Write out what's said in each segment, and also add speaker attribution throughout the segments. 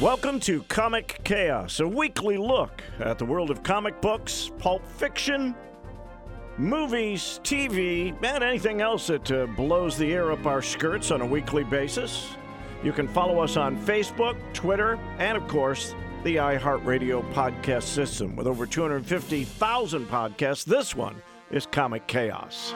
Speaker 1: Welcome to Comic Chaos, a weekly look at the world of comic books, pulp fiction, movies, TV, and anything else that uh, blows the air up our skirts on a weekly basis. You can follow us on Facebook, Twitter, and of course, the iHeartRadio podcast system. With over 250,000 podcasts, this one is Comic Chaos.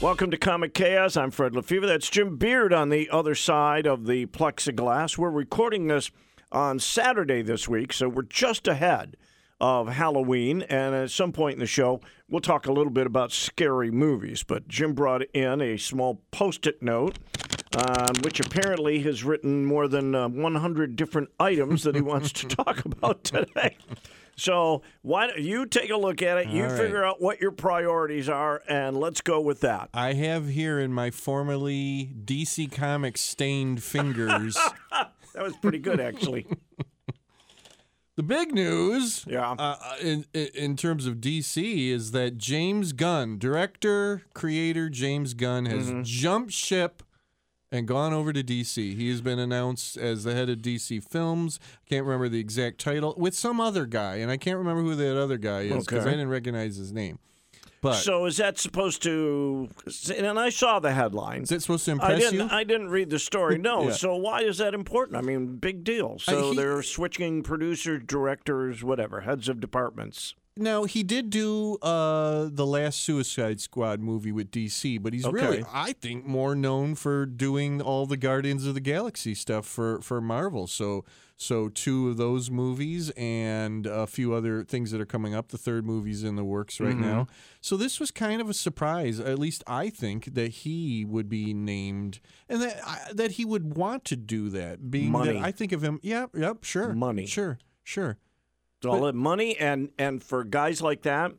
Speaker 1: Welcome to Comic Chaos. I'm Fred LaFever. That's Jim Beard on the other side of the plexiglass. We're recording this on Saturday this week, so we're just ahead of Halloween. And at some point in the show, we'll talk a little bit about scary movies. But Jim brought in a small post it note, uh, which apparently has written more than uh, 100 different items that he wants to talk about today. So why don't you take a look at it? you
Speaker 2: All right.
Speaker 1: figure out what your priorities are, and let's go with that.
Speaker 2: I have here in my formerly DC Comics stained fingers
Speaker 1: That was pretty good, actually.
Speaker 2: the big news.
Speaker 1: Yeah.
Speaker 2: Uh, in in- in terms of DC, is that James Gunn, director creator James Gunn, has
Speaker 1: Mm-hmm.
Speaker 2: jumped ship and gone over to DC. He has been announced as the head of DC Films. Can't remember the exact title with some other guy, and I can't remember who that other guy is because
Speaker 1: Okay.
Speaker 2: I didn't recognize his name. But
Speaker 1: So is that supposed to? And I saw the headline.
Speaker 2: is that supposed to
Speaker 1: I
Speaker 2: impress
Speaker 1: didn't.
Speaker 2: you?
Speaker 1: I didn't read the story. No.
Speaker 2: Yeah.
Speaker 1: So why is that important? I mean, big deal. So
Speaker 2: he-
Speaker 1: they're switching producers, directors, whatever, heads of departments.
Speaker 2: Now he did do uh, the last Suicide Squad movie with DC, but he's really,
Speaker 1: Okay.
Speaker 2: I think, more known for doing all the Guardians of the Galaxy stuff for for Marvel. So so two of those movies and a few other things that are coming up. The third movie's in the works
Speaker 1: Mm-hmm.
Speaker 2: right now. So this was kind of a surprise, at least I think, that he would be named and that I, that he would want to do that. Being
Speaker 1: Money.
Speaker 2: that I think of him, yeah, Mm-hmm. yep, sure,
Speaker 1: Money.
Speaker 2: sure, sure,
Speaker 1: It's all in money, and and for guys like that,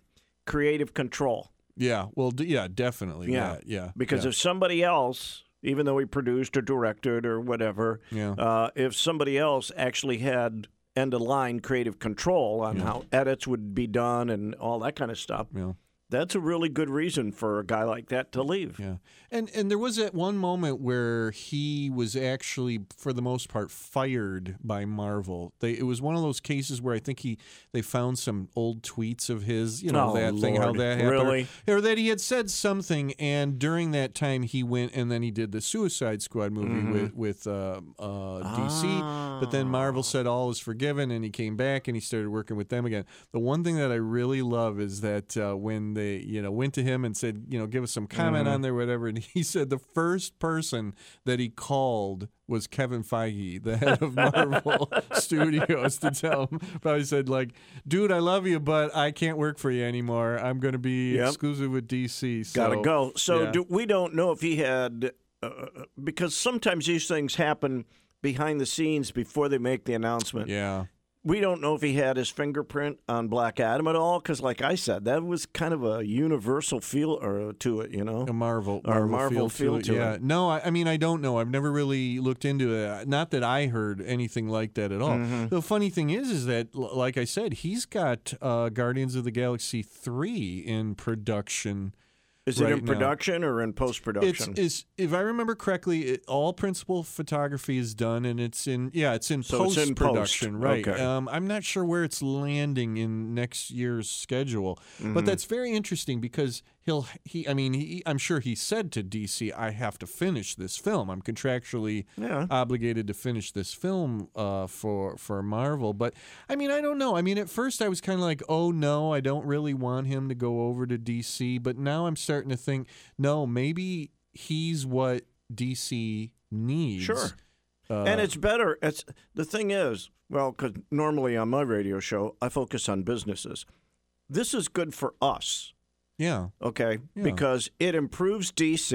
Speaker 1: creative control.
Speaker 2: yeah. Well, d- yeah, definitely, yeah, yeah,
Speaker 1: Because
Speaker 2: yeah.
Speaker 1: if somebody else, even though he produced or directed or whatever,
Speaker 2: Yeah.
Speaker 1: uh, if somebody else actually had end of line creative control on how edits would be done and all that kind of stuff,
Speaker 2: Yeah.
Speaker 1: that's a really good reason for a guy like that to leave.
Speaker 2: Yeah. And and there was that one moment where he was actually for the most part fired by Marvel. They it was one of those cases where I think he they found some old tweets of his, you know,
Speaker 1: Oh,
Speaker 2: that thing how
Speaker 1: Lord.
Speaker 2: that happened.
Speaker 1: Really?
Speaker 2: Or that he had said something and during that time he went and then he did the Suicide Squad movie with with uh, uh, DC, but then Marvel said all is forgiven and he came back and he started working with them again. The one thing that I really love is that uh, when they you know went to him and said you know give us some comment on there whatever and he said the first person that he called was Kevin Feige, the head of Marvel Studios, to tell him. Probably said like, "Dude, I love you, but I can't work for you anymore. I'm going to be
Speaker 1: Yep.
Speaker 2: exclusive with DC. So,
Speaker 1: Gotta go. So
Speaker 2: yeah.
Speaker 1: do, we don't know if he had, uh, because sometimes these things happen behind the scenes before they make the announcement.
Speaker 2: Yeah.
Speaker 1: We don't know if he had his fingerprint on Black Adam at all, because like I said, that was kind of a universal feel or to it, you know.
Speaker 2: A Marvel,
Speaker 1: Or
Speaker 2: Marvel,
Speaker 1: Marvel feel to
Speaker 2: yeah.
Speaker 1: it.
Speaker 2: No, I, I mean I don't know. I've never really looked into it. Uh, Not that I heard anything like that at all.
Speaker 1: Mm-hmm.
Speaker 2: The funny thing is, is that l- like I said, he's got uh, Guardians of the Galaxy three in production.
Speaker 1: Is it
Speaker 2: right
Speaker 1: in
Speaker 2: now.
Speaker 1: production or in post
Speaker 2: It's
Speaker 1: production?
Speaker 2: is if I remember correctly, it, all principal photography is done, and it's in yeah, it's in
Speaker 1: So it's
Speaker 2: post
Speaker 1: in post.
Speaker 2: production, right?
Speaker 1: Okay.
Speaker 2: Um, I'm not sure where it's landing in next year's schedule,
Speaker 1: Mm-hmm.
Speaker 2: but that's very interesting because he'll he I mean he I'm sure he said to DC, I have to finish this film. I'm contractually
Speaker 1: Yeah.
Speaker 2: obligated to finish this film uh, for for Marvel. But I mean, I don't know. I mean, at first I was kind of like, oh no, I don't really want him to go over to DC. But now I'm starting to think, no, maybe he's what DC needs.
Speaker 1: Sure.
Speaker 2: Uh,
Speaker 1: and it's better. It's the thing is, well, because normally on my radio show I focus on businesses. this is good for us,
Speaker 2: Yeah. Mm-hmm.
Speaker 1: okay? Because it improves DC,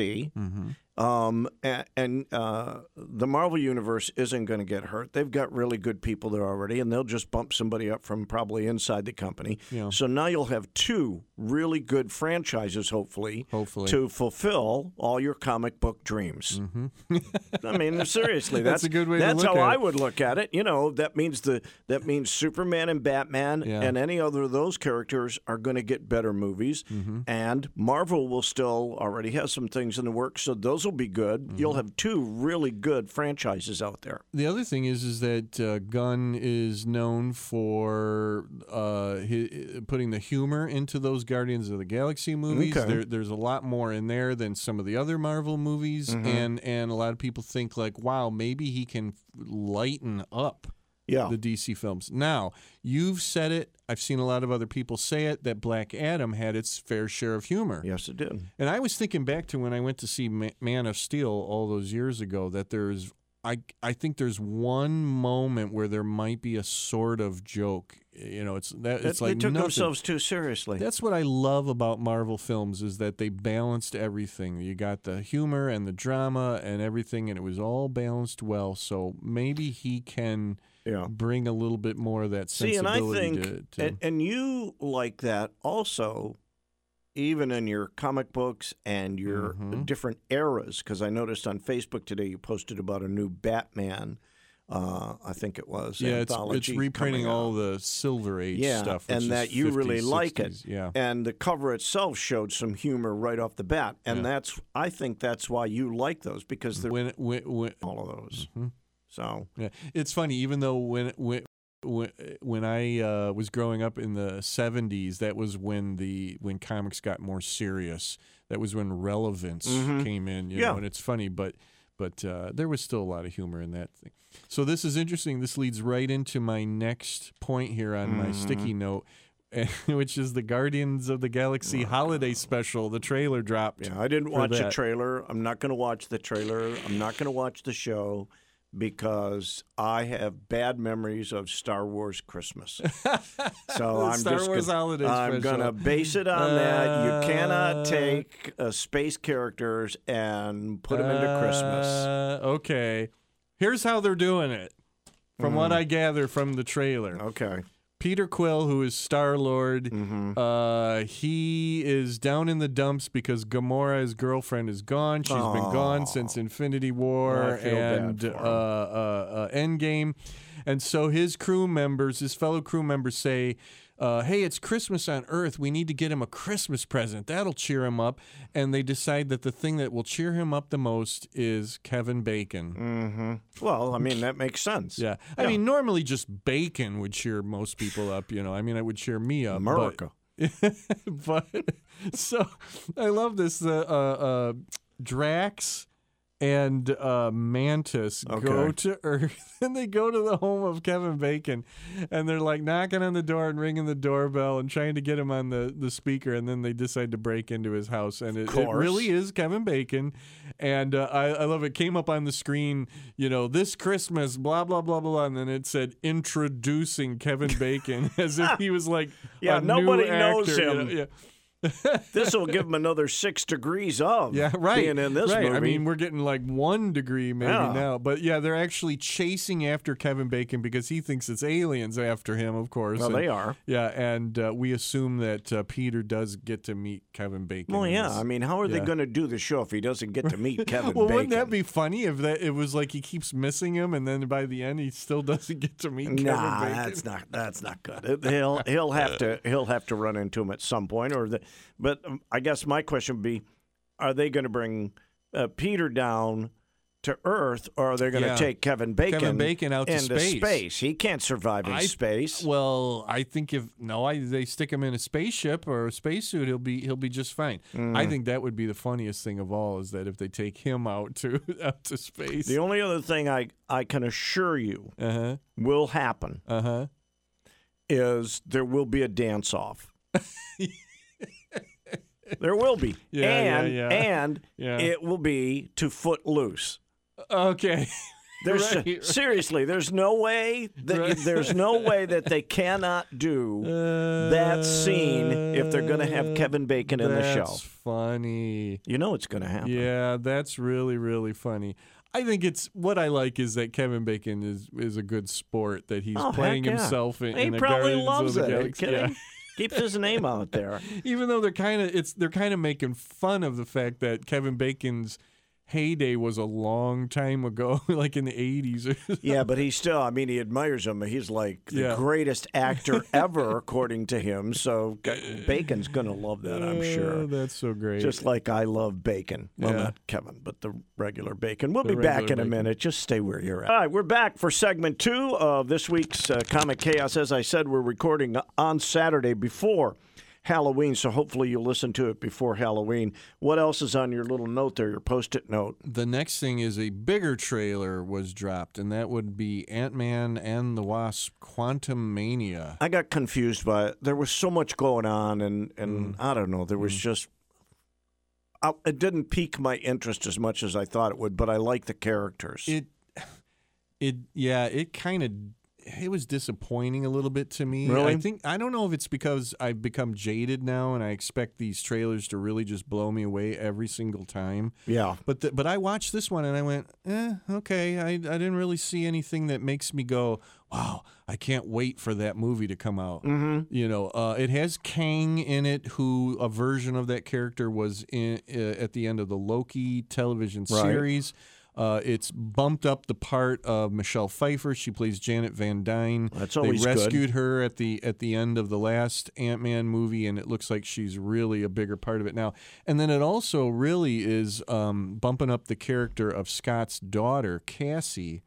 Speaker 1: um, and, and uh, the Marvel Universe isn't going to get hurt. They've got really good people there already, and they'll just bump somebody up from probably inside the company.
Speaker 2: Yeah.
Speaker 1: So now you'll have two really good franchises, hopefully,
Speaker 2: Hopefully.
Speaker 1: to fulfill all your comic book dreams. I mean, seriously, that's,
Speaker 2: Mm-hmm. That's a good way to
Speaker 1: That's
Speaker 2: look
Speaker 1: how
Speaker 2: at
Speaker 1: I
Speaker 2: it.
Speaker 1: would look at it. You know, that means the that means Superman and Batman
Speaker 2: Yeah.
Speaker 1: and any other of those characters are going to get better movies,
Speaker 2: Mm-hmm.
Speaker 1: and Marvel will still already has some things in the works, so those will be good.
Speaker 2: Mm-hmm.
Speaker 1: You'll have two really good franchises out there.
Speaker 2: The other thing is, is that uh, Gunn is known for uh, hi putting the humor into those Guardians of the Galaxy movies.
Speaker 1: Okay.
Speaker 2: There, there's a lot more in there than some of the other Marvel movies, and and a lot of people think like, wow, maybe he can lighten up
Speaker 1: Yeah,
Speaker 2: the DC films. Now, you've said it. I've seen a lot of other people say it that Black Adam had its fair share of humor.
Speaker 1: yes, it did.
Speaker 2: And I was thinking back to when I went to see Ma- Man of Steel all those years ago that there's I I think there's one moment where there might be a sort of joke. You know, it's that it's
Speaker 1: They-
Speaker 2: like
Speaker 1: they took
Speaker 2: nothing.
Speaker 1: themselves too seriously.
Speaker 2: That's what I love about Marvel films is that they balanced everything. You got the humor and the drama and everything and it was all balanced well. So maybe he can
Speaker 1: Yeah.
Speaker 2: bring a little bit more of that
Speaker 1: See, and I
Speaker 2: sensibility
Speaker 1: think,
Speaker 2: to, to
Speaker 1: and, and you like that also, even in your comic books and your
Speaker 2: Mm-hmm.
Speaker 1: different eras. Because I noticed on Facebook today you posted about a new Batman. Uh, I think it was.
Speaker 2: yeah, it's, it's
Speaker 1: anthology
Speaker 2: reprinting
Speaker 1: coming out.
Speaker 2: all the Silver Age
Speaker 1: yeah,
Speaker 2: stuff, which
Speaker 1: and
Speaker 2: is
Speaker 1: that you
Speaker 2: 50s,
Speaker 1: really like it.
Speaker 2: 60s. Yeah,
Speaker 1: and the cover itself showed some humor right off the bat, and that's I think that's why you like those because they're
Speaker 2: when, when, when
Speaker 1: all of those.
Speaker 2: Mm-hmm.
Speaker 1: So
Speaker 2: yeah. it's funny, even though when when when, when I uh, was growing up in the '70s, that was when the when comics got more serious. That was when relevance came in. You
Speaker 1: Mm-hmm. Yeah.
Speaker 2: know, and it's funny, but but uh, there was still a lot of humor in that thing. So this is interesting. This leads right into my next point here on my
Speaker 1: Mm-hmm.
Speaker 2: sticky note. Which is the Guardians of the Galaxy holiday special? The trailer dropped.
Speaker 1: Oh, Yeah, I didn't
Speaker 2: for
Speaker 1: watch the
Speaker 2: that.
Speaker 1: trailer. I'm not going to watch the trailer. I'm not going to watch the show because I have bad memories of Star Wars Christmas. So I'm
Speaker 2: Star
Speaker 1: just
Speaker 2: Wars
Speaker 1: gonna,
Speaker 2: holiday
Speaker 1: I'm
Speaker 2: special.
Speaker 1: going to base it on that. You
Speaker 2: Uh,
Speaker 1: cannot take uh, space characters and put them into Christmas.
Speaker 2: Uh, Okay. Here's how they're doing it. From what I gather from the trailer,
Speaker 1: Hmm. Okay.
Speaker 2: Peter Quill, who is Star Lord,
Speaker 1: Mm-hmm.
Speaker 2: uh, he is down in the dumps because Gamora, his girlfriend, is gone. She's been gone since Infinity War
Speaker 1: I feel bad
Speaker 2: and
Speaker 1: for
Speaker 2: uh,
Speaker 1: him.
Speaker 2: uh, uh, Endgame, and so his crew members, his fellow crew members, say. Uh, hey, it's Christmas on Earth. We need to get him a Christmas present. That'll cheer him up. And they decide that the thing that will cheer him up the most is Kevin Bacon.
Speaker 1: Well, I mean that makes sense.
Speaker 2: Yeah. I mean, normally just bacon would cheer most people up, you know. I mean, it would cheer me up. but-
Speaker 1: America.
Speaker 2: But, so I love this. The uh, uh, Drax and uh, Mantis go
Speaker 1: Okay.
Speaker 2: to Earth and they go to the home of Kevin Bacon and they're like knocking on the door and ringing the doorbell and trying to get him on the, the speaker. And then they decide to break into his house. And it, it
Speaker 1: course.
Speaker 2: really is Kevin Bacon. And uh, I, I love it. Came up on the screen, you know, this Christmas, blah, blah, blah, blah. And then it said introducing Kevin Bacon as if he was like,
Speaker 1: Yeah,
Speaker 2: a new
Speaker 1: nobody knows
Speaker 2: actor, you
Speaker 1: him.
Speaker 2: know, yeah.
Speaker 1: this will give him another six degrees of
Speaker 2: Yeah, right.
Speaker 1: being in this
Speaker 2: right.
Speaker 1: movie.
Speaker 2: I mean, we're getting like one degree maybe
Speaker 1: Yeah.
Speaker 2: now, but yeah, they're actually chasing after Kevin Bacon because he thinks it's aliens after him, of course.
Speaker 1: well,
Speaker 2: and-
Speaker 1: they are.
Speaker 2: Yeah, and uh, we assume that uh, Peter does get to meet Kevin Bacon.
Speaker 1: Well,
Speaker 2: in
Speaker 1: yeah.
Speaker 2: this.
Speaker 1: I mean, how are they
Speaker 2: yeah.
Speaker 1: going to do the show if he doesn't get to meet Kevin
Speaker 2: well,
Speaker 1: Bacon?
Speaker 2: wouldn't that be funny if that it was like he keeps missing him, and then by the end he still doesn't get to meet
Speaker 1: Nah,
Speaker 2: Kevin Bacon?
Speaker 1: that's not that's not good. It- He'll he'll have to he'll have to run into him at some point, or the. But um, I guess my question would be, are they going to bring uh, Peter down to Earth, or are they going to
Speaker 2: Yeah.
Speaker 1: take Kevin Bacon
Speaker 2: Bacon out to
Speaker 1: into
Speaker 2: space.
Speaker 1: He can't survive in
Speaker 2: I-
Speaker 1: space.
Speaker 2: Well, I think if no, I, they stick him in a spaceship or a spacesuit, he'll be he'll be just fine. I
Speaker 1: Mm.
Speaker 2: think that would be the funniest thing of all is that if they take him out to out to space.
Speaker 1: the only other thing I I can assure you
Speaker 2: uh huh.
Speaker 1: will happen
Speaker 2: Uh huh.
Speaker 1: is there will be a dance off. there will be,
Speaker 2: Yeah, yeah,
Speaker 1: and
Speaker 2: yeah.
Speaker 1: and
Speaker 2: Yeah.
Speaker 1: it will be to Footloose.
Speaker 2: Okay.
Speaker 1: There's seriously, there's no way that there's no way that they cannot do
Speaker 2: Uh,
Speaker 1: that scene if they're going to have Kevin Bacon in the show.
Speaker 2: That's funny.
Speaker 1: You know it's going to happen.
Speaker 2: Yeah, that's really really funny. I think it's what I like is that Kevin Bacon is is a good sport that he's
Speaker 1: Oh,
Speaker 2: playing
Speaker 1: heck yeah.
Speaker 2: himself in,
Speaker 1: He
Speaker 2: in the
Speaker 1: probably
Speaker 2: Guardians
Speaker 1: loves
Speaker 2: of
Speaker 1: it.
Speaker 2: the
Speaker 1: Are you
Speaker 2: Galaxy.
Speaker 1: kidding?
Speaker 2: Yeah.
Speaker 1: Keeps his name out there.
Speaker 2: Even though they're kind of it's they're kind of making fun of the fact that Kevin Bacon's heyday was a long time ago, like in the eighties.
Speaker 1: Yeah, but he still, I mean, he admires him. He's like the
Speaker 2: Yeah.
Speaker 1: greatest actor ever, according to him. So G- Bacon's going to love that, I'm sure.
Speaker 2: Oh, that's so great.
Speaker 1: Just like I love bacon. Well,
Speaker 2: Yeah.
Speaker 1: not Kevin, but the regular bacon. We'll
Speaker 2: The
Speaker 1: be back in
Speaker 2: regular
Speaker 1: a
Speaker 2: bacon.
Speaker 1: minute. Just stay where you're at. All right, we're back for segment two of this week's uh, Comic Chaos. As I said, we're recording on Saturday before Halloween, so hopefully you'll listen to it before Halloween. What else is on your little note there, your post it note?
Speaker 2: the next thing is a bigger trailer was dropped, and that would be Ant Man and the Wasp: Quantum Mania.
Speaker 1: I got confused by it. There was so much going on, and,
Speaker 2: Mm.
Speaker 1: and I don't know, there was just. I, it didn't pique my interest as much as I thought it would, but I like the characters.
Speaker 2: It, it, yeah, it kind of. It was disappointing a little bit to me.
Speaker 1: Really?
Speaker 2: I think I don't know if it's because I've become jaded now, and I expect these trailers to really just blow me away every single time.
Speaker 1: yeah.
Speaker 2: But the, but I watched this one and I went, eh, okay. I, I didn't really see anything that makes me go, wow, I can't wait for that movie to come out. Mm-hmm. You know, uh, it has Kang in it, who a version of that character was in uh, at the end of the Loki television series. Uh, it's bumped up the part of Michelle Pfeiffer. She plays Janet Van Dyne.
Speaker 1: That's always
Speaker 2: they
Speaker 1: good.
Speaker 2: rescued her at the at the end of the last Ant Man movie, and it looks like she's really a bigger part of it now. And then it also really is um, bumping up the character of Scott's daughter Cassie,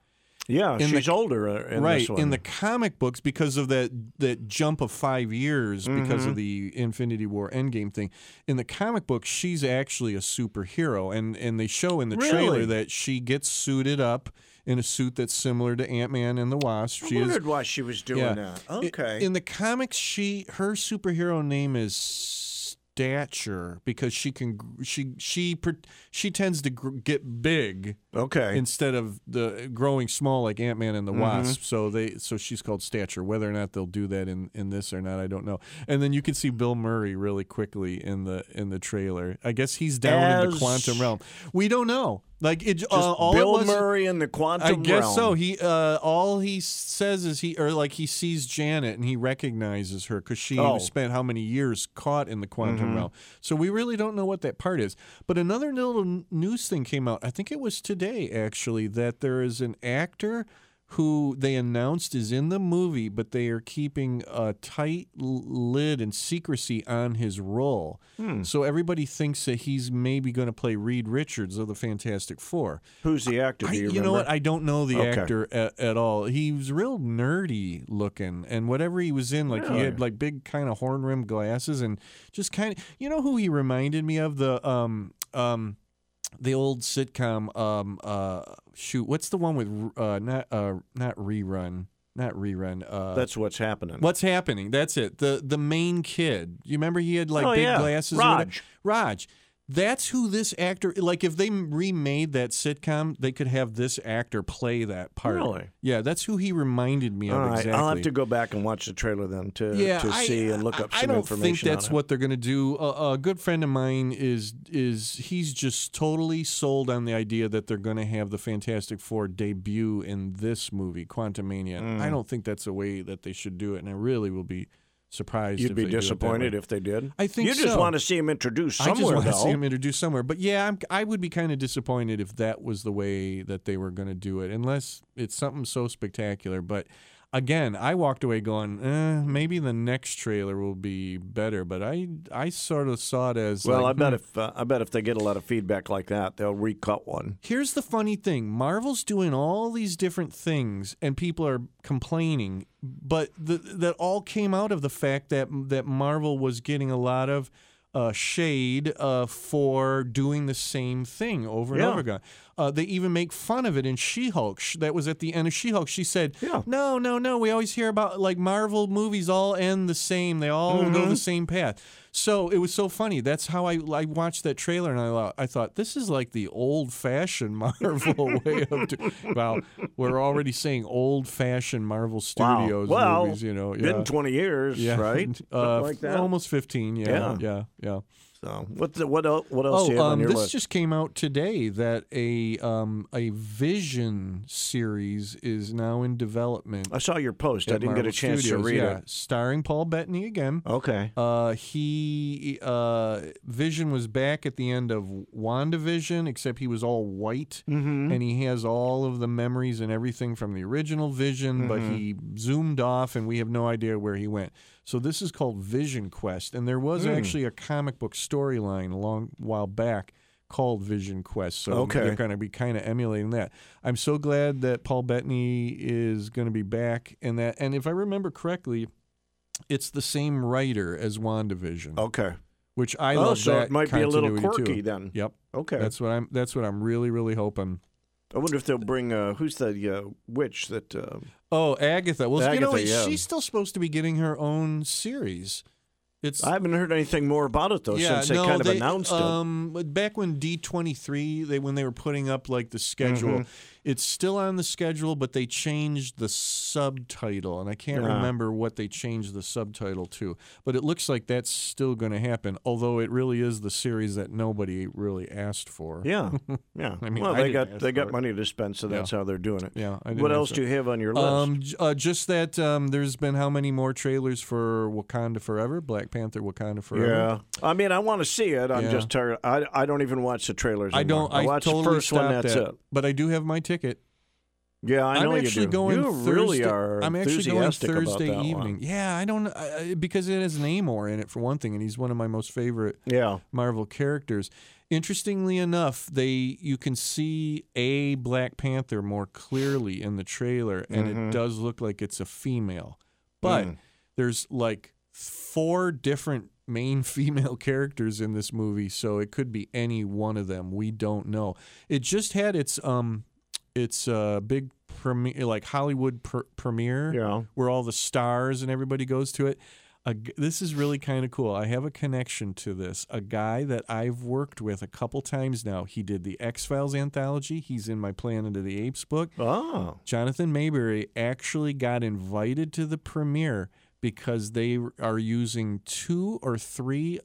Speaker 1: Yeah,
Speaker 2: in the-
Speaker 1: she's older uh, in
Speaker 2: right
Speaker 1: this one.
Speaker 2: in the comic books because of that that jump of five years because
Speaker 1: Mm-hmm.
Speaker 2: of the Infinity War Endgame thing. In the comic book, she's actually a superhero, and and they show in the
Speaker 1: Really?
Speaker 2: trailer that she gets suited up. In a suit that's similar to Ant Man and the Wasp, she
Speaker 1: I
Speaker 2: is
Speaker 1: wondered why she was doing that.
Speaker 2: I-
Speaker 1: Okay.
Speaker 2: In the comics, she her superhero name is Stature because she can gr- she she per- she tends to gr- get big
Speaker 1: okay. Mm-hmm.
Speaker 2: instead of the growing small like Ant Man and the Wasp. So they so she's called Stature. Whether or not they'll do that in in this or not, I don't know. And then you can see Bill Murray really quickly in the in the trailer. I guess he's down in
Speaker 1: As-
Speaker 2: the quantum realm. We don't know. Like it, uh,
Speaker 1: Just
Speaker 2: all it
Speaker 1: Bill
Speaker 2: was-
Speaker 1: Murray in the quantum
Speaker 2: I guess
Speaker 1: realm.
Speaker 2: so. He uh, all he says is he or like he sees Janet and he recognizes her because she
Speaker 1: Oh. Mm-hmm.
Speaker 2: spent how many years caught in the quantum realm. So we really don't know what that part is. But another little n- news thing came out. I think it was today actually that there is an actor who they announced is in the movie, but they are keeping a tight l- lid and secrecy on his role.
Speaker 1: Hmm.
Speaker 2: So everybody thinks that he's maybe going to play Reed Richards of the Fantastic Four.
Speaker 1: Who's the actor?
Speaker 2: I,
Speaker 1: do you,
Speaker 2: know
Speaker 1: remember?
Speaker 2: what? I don't know the
Speaker 1: Okay.
Speaker 2: actor at, at all. He was real nerdy looking, and whatever he was in, like he had like big kind of horn rimmed glasses, and just kind of. You know who he reminded me of? The um um, the old sitcom um uh shoot, what's the one with uh not uh not rerun, not rerun uh.
Speaker 1: That's what's happening.
Speaker 2: What's happening? That's it. The the main kid. You remember he had like
Speaker 1: Oh,
Speaker 2: big
Speaker 1: yeah.
Speaker 2: glasses. or whatever?
Speaker 1: Raj.
Speaker 2: Raj. That's who this actor. Like if they remade that sitcom, they could have this actor play that part.
Speaker 1: Really?
Speaker 2: Yeah, that's who he reminded me
Speaker 1: All
Speaker 2: of
Speaker 1: right,
Speaker 2: exactly.
Speaker 1: I'll have to go back and watch the trailer then to
Speaker 2: yeah,
Speaker 1: to
Speaker 2: I-
Speaker 1: see and look up
Speaker 2: I-
Speaker 1: some
Speaker 2: I don't
Speaker 1: information.
Speaker 2: think that's
Speaker 1: on it.
Speaker 2: what they're going to do. A, a good friend of mine is is he's just totally sold on the idea that they're going to have the Fantastic Four debut in this movie, Quantum Mania.
Speaker 1: Mm.
Speaker 2: I don't think that's the way that they should do it, and I really will be surprised.
Speaker 1: You'd
Speaker 2: if
Speaker 1: be
Speaker 2: they do it that
Speaker 1: disappointed
Speaker 2: way.
Speaker 1: if they did.
Speaker 2: I think
Speaker 1: you just
Speaker 2: so.
Speaker 1: want to see him introduced
Speaker 2: I just
Speaker 1: somewhere,
Speaker 2: want to
Speaker 1: though.
Speaker 2: see him introduced somewhere, but yeah, I'm, I would be kind of disappointed if that was the way that they were going to do it, unless it's something so spectacular. But again, I walked away going, eh, maybe the next trailer will be better. But I, I sort of saw it as
Speaker 1: well,
Speaker 2: like,
Speaker 1: I bet
Speaker 2: hmm.
Speaker 1: if uh, I bet if they get a lot of feedback like that, they'll recut one.
Speaker 2: Here's the funny thing: Marvel's doing all these different things, and people are complaining, but the, that all came out of the fact that that Marvel was getting a lot of uh, shade uh, for doing the same thing over and
Speaker 1: Yeah.
Speaker 2: over again. Uh, they even make fun of it in She-Hulk. Sh- That was at the end of She-Hulk. She said,
Speaker 1: Yeah.
Speaker 2: "No,
Speaker 1: Mm-hmm.
Speaker 2: no, no. We always hear about like Marvel movies all end the same. They all go the same path." So it was so funny. That's how I, I watched that trailer and I, lo- I thought, this is like the old fashioned Marvel way of doing Wow, we're already saying old fashioned Marvel Studios
Speaker 1: Well,
Speaker 2: movies, you know.
Speaker 1: been
Speaker 2: yeah.
Speaker 1: 20 years, right? Something
Speaker 2: Uh,
Speaker 1: like that.
Speaker 2: Almost 15,
Speaker 1: Yeah.
Speaker 2: yeah. Yeah, yeah.
Speaker 1: So, what the, what else, what else do
Speaker 2: Oh,
Speaker 1: you have on
Speaker 2: um,
Speaker 1: your
Speaker 2: this
Speaker 1: list?
Speaker 2: just came out today that a um, a Vision series is now in development.
Speaker 1: I saw your post. Oh, I
Speaker 2: at
Speaker 1: didn't get
Speaker 2: Marvel
Speaker 1: a chance
Speaker 2: Studios,
Speaker 1: to read
Speaker 2: yeah.
Speaker 1: it.
Speaker 2: Starring Paul Bettany again.
Speaker 1: Okay.
Speaker 2: Uh, he uh, Vision was back at the end of WandaVision, except he was all white, and he has all of the memories and everything from the original Vision, but he zoomed off, and we have no idea where he went. So this is called Vision Quest, and there was actually a comic book storyline a long while back called Vision Quest. So
Speaker 1: Okay.
Speaker 2: they're going to be kind of emulating that. I'm so glad that Paul Bettany is going to be back, and that, and if I remember correctly it's the same writer as WandaVision,
Speaker 1: Okay.
Speaker 2: which I
Speaker 1: Oh,
Speaker 2: love.
Speaker 1: so it
Speaker 2: that
Speaker 1: might be a little
Speaker 2: continuity, too.
Speaker 1: quirky then.
Speaker 2: Yep.
Speaker 1: Okay.
Speaker 2: That's what I'm. That's what I'm really, really hoping.
Speaker 1: I wonder if they'll bring uh, who's the uh, witch that uh,
Speaker 2: Oh, Agatha. Well, you know,
Speaker 1: Agatha, yeah.
Speaker 2: she's still supposed to be getting her own series. It's
Speaker 1: I haven't heard anything more about it though
Speaker 2: yeah,
Speaker 1: since they
Speaker 2: no,
Speaker 1: kind of
Speaker 2: they,
Speaker 1: announced
Speaker 2: um, Back when D twenty three, they when they were putting up like the schedule,
Speaker 1: Mm-hmm.
Speaker 2: it's still on the schedule, but they changed the subtitle, and I can't
Speaker 1: Yeah.
Speaker 2: remember what they changed the subtitle to. But it looks like that's still going to happen, although it really is the series that nobody really asked for.
Speaker 1: it. Yeah. Yeah.
Speaker 2: I mean,
Speaker 1: well,
Speaker 2: I
Speaker 1: they
Speaker 2: didn't
Speaker 1: got
Speaker 2: ask
Speaker 1: they got
Speaker 2: for it.
Speaker 1: money to spend, so that's how they're doing it.
Speaker 2: Yeah, I didn't
Speaker 1: What
Speaker 2: ask
Speaker 1: else
Speaker 2: for
Speaker 1: do you have on your list?
Speaker 2: Um, j- uh, just that um, there's been how many more trailers for Wakanda Forever, Black Panther, Wakanda Forever.
Speaker 1: yeah. I mean, I want to see it. I'm
Speaker 2: Yeah.
Speaker 1: just tired. I, I don't even watch the trailers.
Speaker 2: I
Speaker 1: anymore.
Speaker 2: don't. I,
Speaker 1: watch
Speaker 2: totally
Speaker 1: the first one.
Speaker 2: stopped
Speaker 1: That's
Speaker 2: that,
Speaker 1: it.
Speaker 2: But I do have my ticket.
Speaker 1: Yeah, I know
Speaker 2: am
Speaker 1: you
Speaker 2: actually
Speaker 1: do.
Speaker 2: going
Speaker 1: you
Speaker 2: Thursday.
Speaker 1: really are.
Speaker 2: I'm actually going
Speaker 1: enthusiastic about
Speaker 2: Thursday
Speaker 1: that one.
Speaker 2: evening. Yeah, I don't I, I- because it has Namor in it for one thing, and he's one of my most favorite
Speaker 1: Yeah.
Speaker 2: Marvel characters. Interestingly enough, they you can see a Black Panther more clearly in the trailer, and
Speaker 1: Mm-hmm.
Speaker 2: it does look like it's a female. But
Speaker 1: Mm.
Speaker 2: there's like four different main female characters in this movie, so it could be any one of them. We don't know. It just had its um its uh big premiere like Hollywood pr- premiere
Speaker 1: Yeah.
Speaker 2: where all the stars and everybody goes to it. A g this is really kind of cool. I have a connection to this. A guy that I've worked with a couple times now. He did the X Files anthology. He's in my Planet of the Apes book.
Speaker 1: Oh.
Speaker 2: Jonathan Mayberry actually got invited to the premiere because they are using two or three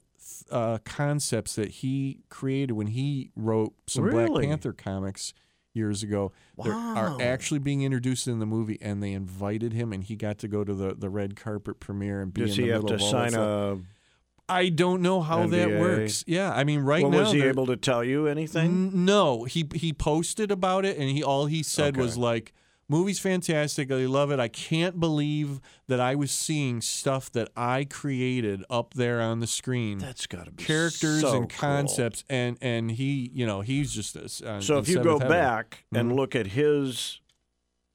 Speaker 2: uh, concepts that he created when he wrote some
Speaker 1: Really?
Speaker 2: Black Panther comics years ago that are actually being introduced in the movie and they invited him and he got to go to the, the red carpet premiere and be
Speaker 1: Does
Speaker 2: in
Speaker 1: he
Speaker 2: the
Speaker 1: have
Speaker 2: middle
Speaker 1: to
Speaker 2: of all
Speaker 1: sign
Speaker 2: that stuff.
Speaker 1: a?
Speaker 2: I don't know how
Speaker 1: NDA?
Speaker 2: that works. Yeah, I mean right
Speaker 1: Well,
Speaker 2: now Mm,
Speaker 1: was he
Speaker 2: they're-
Speaker 1: able to tell you anything?
Speaker 2: N- No, he he posted about it, and he all he said was like, "Movie's fantastic. I love it. I can't believe that I was seeing stuff that I created up there on the screen.
Speaker 1: That's got to be
Speaker 2: Characters
Speaker 1: so
Speaker 2: and
Speaker 1: cool.
Speaker 2: concepts, and and he, you know, he's just this. Uh,
Speaker 1: So
Speaker 2: in
Speaker 1: if you
Speaker 2: seventh
Speaker 1: go
Speaker 2: heaven. Mm-hmm.
Speaker 1: back and look at his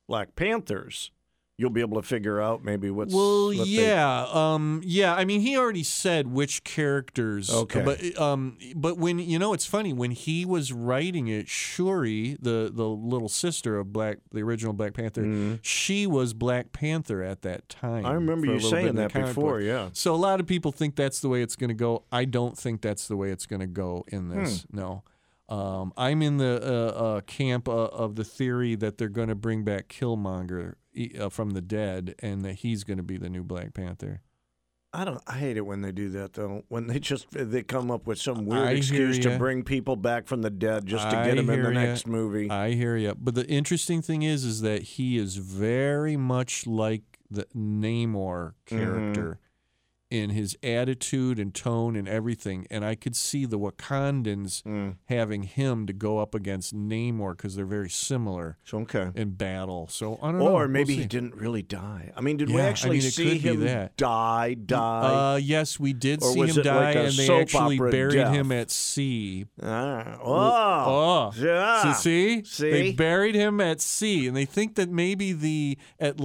Speaker 1: Black Panthers, you'll be able to figure out maybe what's
Speaker 2: Well,
Speaker 1: what they-
Speaker 2: yeah, um, yeah. I mean, he already said which characters.
Speaker 1: Okay.
Speaker 2: But um, but when you know, it's funny when he was writing it, Shuri, the the little sister of Black, the original Black Panther, she was Black Panther at that time.
Speaker 1: I remember
Speaker 2: for a
Speaker 1: you
Speaker 2: little bit
Speaker 1: saying
Speaker 2: in the
Speaker 1: that
Speaker 2: comic
Speaker 1: before,
Speaker 2: book.
Speaker 1: yeah.
Speaker 2: So a lot of people think that's the way it's going to go. I don't think that's the way it's going to go in this.
Speaker 1: Hmm.
Speaker 2: No. Um, I'm in the uh, uh, camp uh, of the theory that they're going to bring back Killmonger e- uh, from the dead and that he's going to be the new Black Panther.
Speaker 1: I don't. I hate it when they do that though. When they just they come up with some
Speaker 2: I
Speaker 1: weird
Speaker 2: hear
Speaker 1: excuse to
Speaker 2: ya.
Speaker 1: bring people back from the dead just to get
Speaker 2: I
Speaker 1: them in the
Speaker 2: hear ya.
Speaker 1: next movie.
Speaker 2: I hear you. But the interesting thing is, is that he is very much like the Namor character
Speaker 1: Mm-hmm.
Speaker 2: in his attitude and tone and everything. And I could see the Wakandans
Speaker 1: Mm.
Speaker 2: having him to go up against Namor because they're very similar
Speaker 1: so okay.
Speaker 2: in battle. So I don't know.
Speaker 1: Or
Speaker 2: We'll
Speaker 1: maybe he
Speaker 2: see.
Speaker 1: didn't really die. I mean, did we
Speaker 2: Yeah, I
Speaker 1: actually
Speaker 2: mean, it
Speaker 1: see
Speaker 2: could be
Speaker 1: him
Speaker 2: that.
Speaker 1: die? Die?
Speaker 2: Uh, yes, we did
Speaker 1: Or
Speaker 2: see
Speaker 1: was it
Speaker 2: him
Speaker 1: like
Speaker 2: die,
Speaker 1: a
Speaker 2: and they
Speaker 1: soap
Speaker 2: actually
Speaker 1: opera
Speaker 2: buried
Speaker 1: death?
Speaker 2: him at sea.
Speaker 1: Ah, oh,
Speaker 2: uh, oh,
Speaker 1: yeah.
Speaker 2: So see?
Speaker 1: See?
Speaker 2: They buried him at sea, and they think that maybe the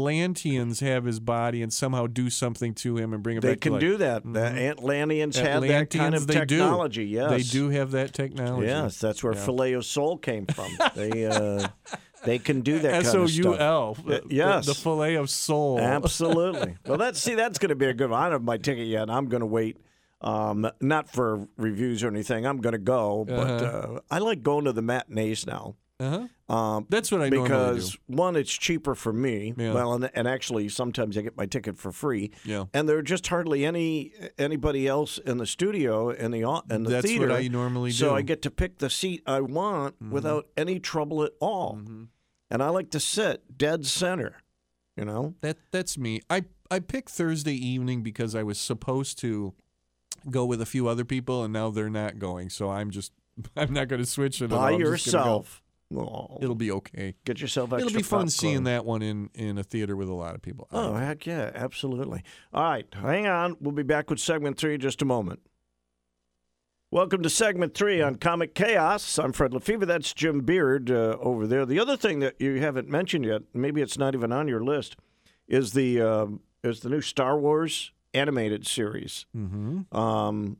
Speaker 2: Atlanteans have his body and somehow do something to him and bring him
Speaker 1: They
Speaker 2: back to
Speaker 1: can
Speaker 2: life.
Speaker 1: do that. The Atlanteans had
Speaker 2: mm-hmm. Atlanteans,
Speaker 1: that kind of
Speaker 2: they
Speaker 1: technology.
Speaker 2: Do.
Speaker 1: Yes,
Speaker 2: They do have that technology.
Speaker 1: Yes, that's where filet o sol came from. they uh, they can do that.
Speaker 2: S
Speaker 1: kind
Speaker 2: O
Speaker 1: of
Speaker 2: U
Speaker 1: stuff.
Speaker 2: L.
Speaker 1: Uh,
Speaker 2: the-
Speaker 1: yes.
Speaker 2: The filet of soul.
Speaker 1: Absolutely. well, that's see, that's going to be a good one. I don't have my ticket yet. I'm going to wait Um, not for reviews or anything. I'm going to go, but
Speaker 2: Uh-huh.
Speaker 1: uh, I like going to the matinees now. Uh-huh. Um,
Speaker 2: That's what I normally do.
Speaker 1: because one, it's cheaper for me.
Speaker 2: Yeah.
Speaker 1: Well, and, and actually, sometimes I get my ticket for free.
Speaker 2: Yeah.
Speaker 1: And there are just hardly any anybody else in the studio in the au- in the
Speaker 2: That's what
Speaker 1: theater.
Speaker 2: I normally
Speaker 1: so
Speaker 2: do. Mm-hmm.
Speaker 1: I get to pick the seat I want without any trouble at all. And I like to sit dead center. You know.
Speaker 2: That that's me. I I picked Thursday evening because I was supposed to go with a few other people, and now they're not going. So I'm just I'm not going to switch it. at
Speaker 1: by
Speaker 2: all. I'm just gonna go,
Speaker 1: yourself. Oh,
Speaker 2: It'll be okay.
Speaker 1: get yourself. Extra
Speaker 2: It'll be fun
Speaker 1: popcorn.
Speaker 2: seeing that one in in a theater with a lot of people. Uh,
Speaker 1: Oh heck yeah, absolutely. All right, hang on. We'll be back with segment three in just a moment. Welcome to segment three on Comic Chaos. I'm Fred Lefevre. That's Jim Beard uh, over there. The other thing that you haven't mentioned yet, maybe it's not even on your list, is the uh, is the new Star Wars animated series. Mm-hmm. Um,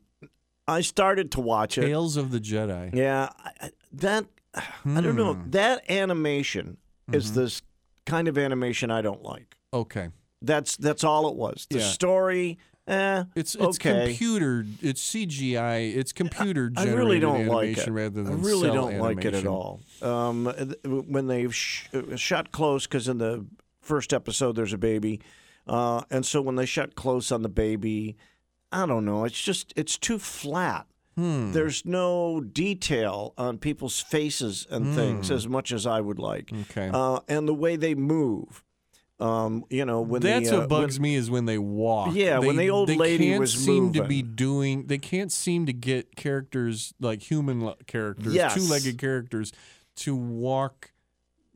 Speaker 1: I started to watch it.
Speaker 2: Tales of the Jedi.
Speaker 1: Yeah, I- I- that I don't know. That animation is this kind of animation I don't like.
Speaker 2: Okay.
Speaker 1: That's that's all it was. The
Speaker 2: Yeah.
Speaker 1: story, eh,
Speaker 2: It's it's
Speaker 1: okay.
Speaker 2: computer. It's CGI. It's computer.
Speaker 1: I really don't like it.
Speaker 2: animation Rather than
Speaker 1: I really
Speaker 2: cell
Speaker 1: don't like it at
Speaker 2: animation.
Speaker 1: all. Um, th- when they've sh- uh, shot close, because in the first episode there's a baby, uh, and so when they shot close on the baby, I don't know. It's just it's too flat.
Speaker 2: Hmm.
Speaker 1: There's no detail on people's faces and things as much as I would like.
Speaker 2: Hmm. Okay.
Speaker 1: Uh, and the way they move. Um, you know when
Speaker 2: That's
Speaker 1: the, uh,
Speaker 2: what bugs me is when they walk.
Speaker 1: Yeah, when the old lady
Speaker 2: can't
Speaker 1: was
Speaker 2: seem to be
Speaker 1: moving.
Speaker 2: doing. They can't seem to get characters like human lo- characters,
Speaker 1: Yes.
Speaker 2: two-legged characters, to walk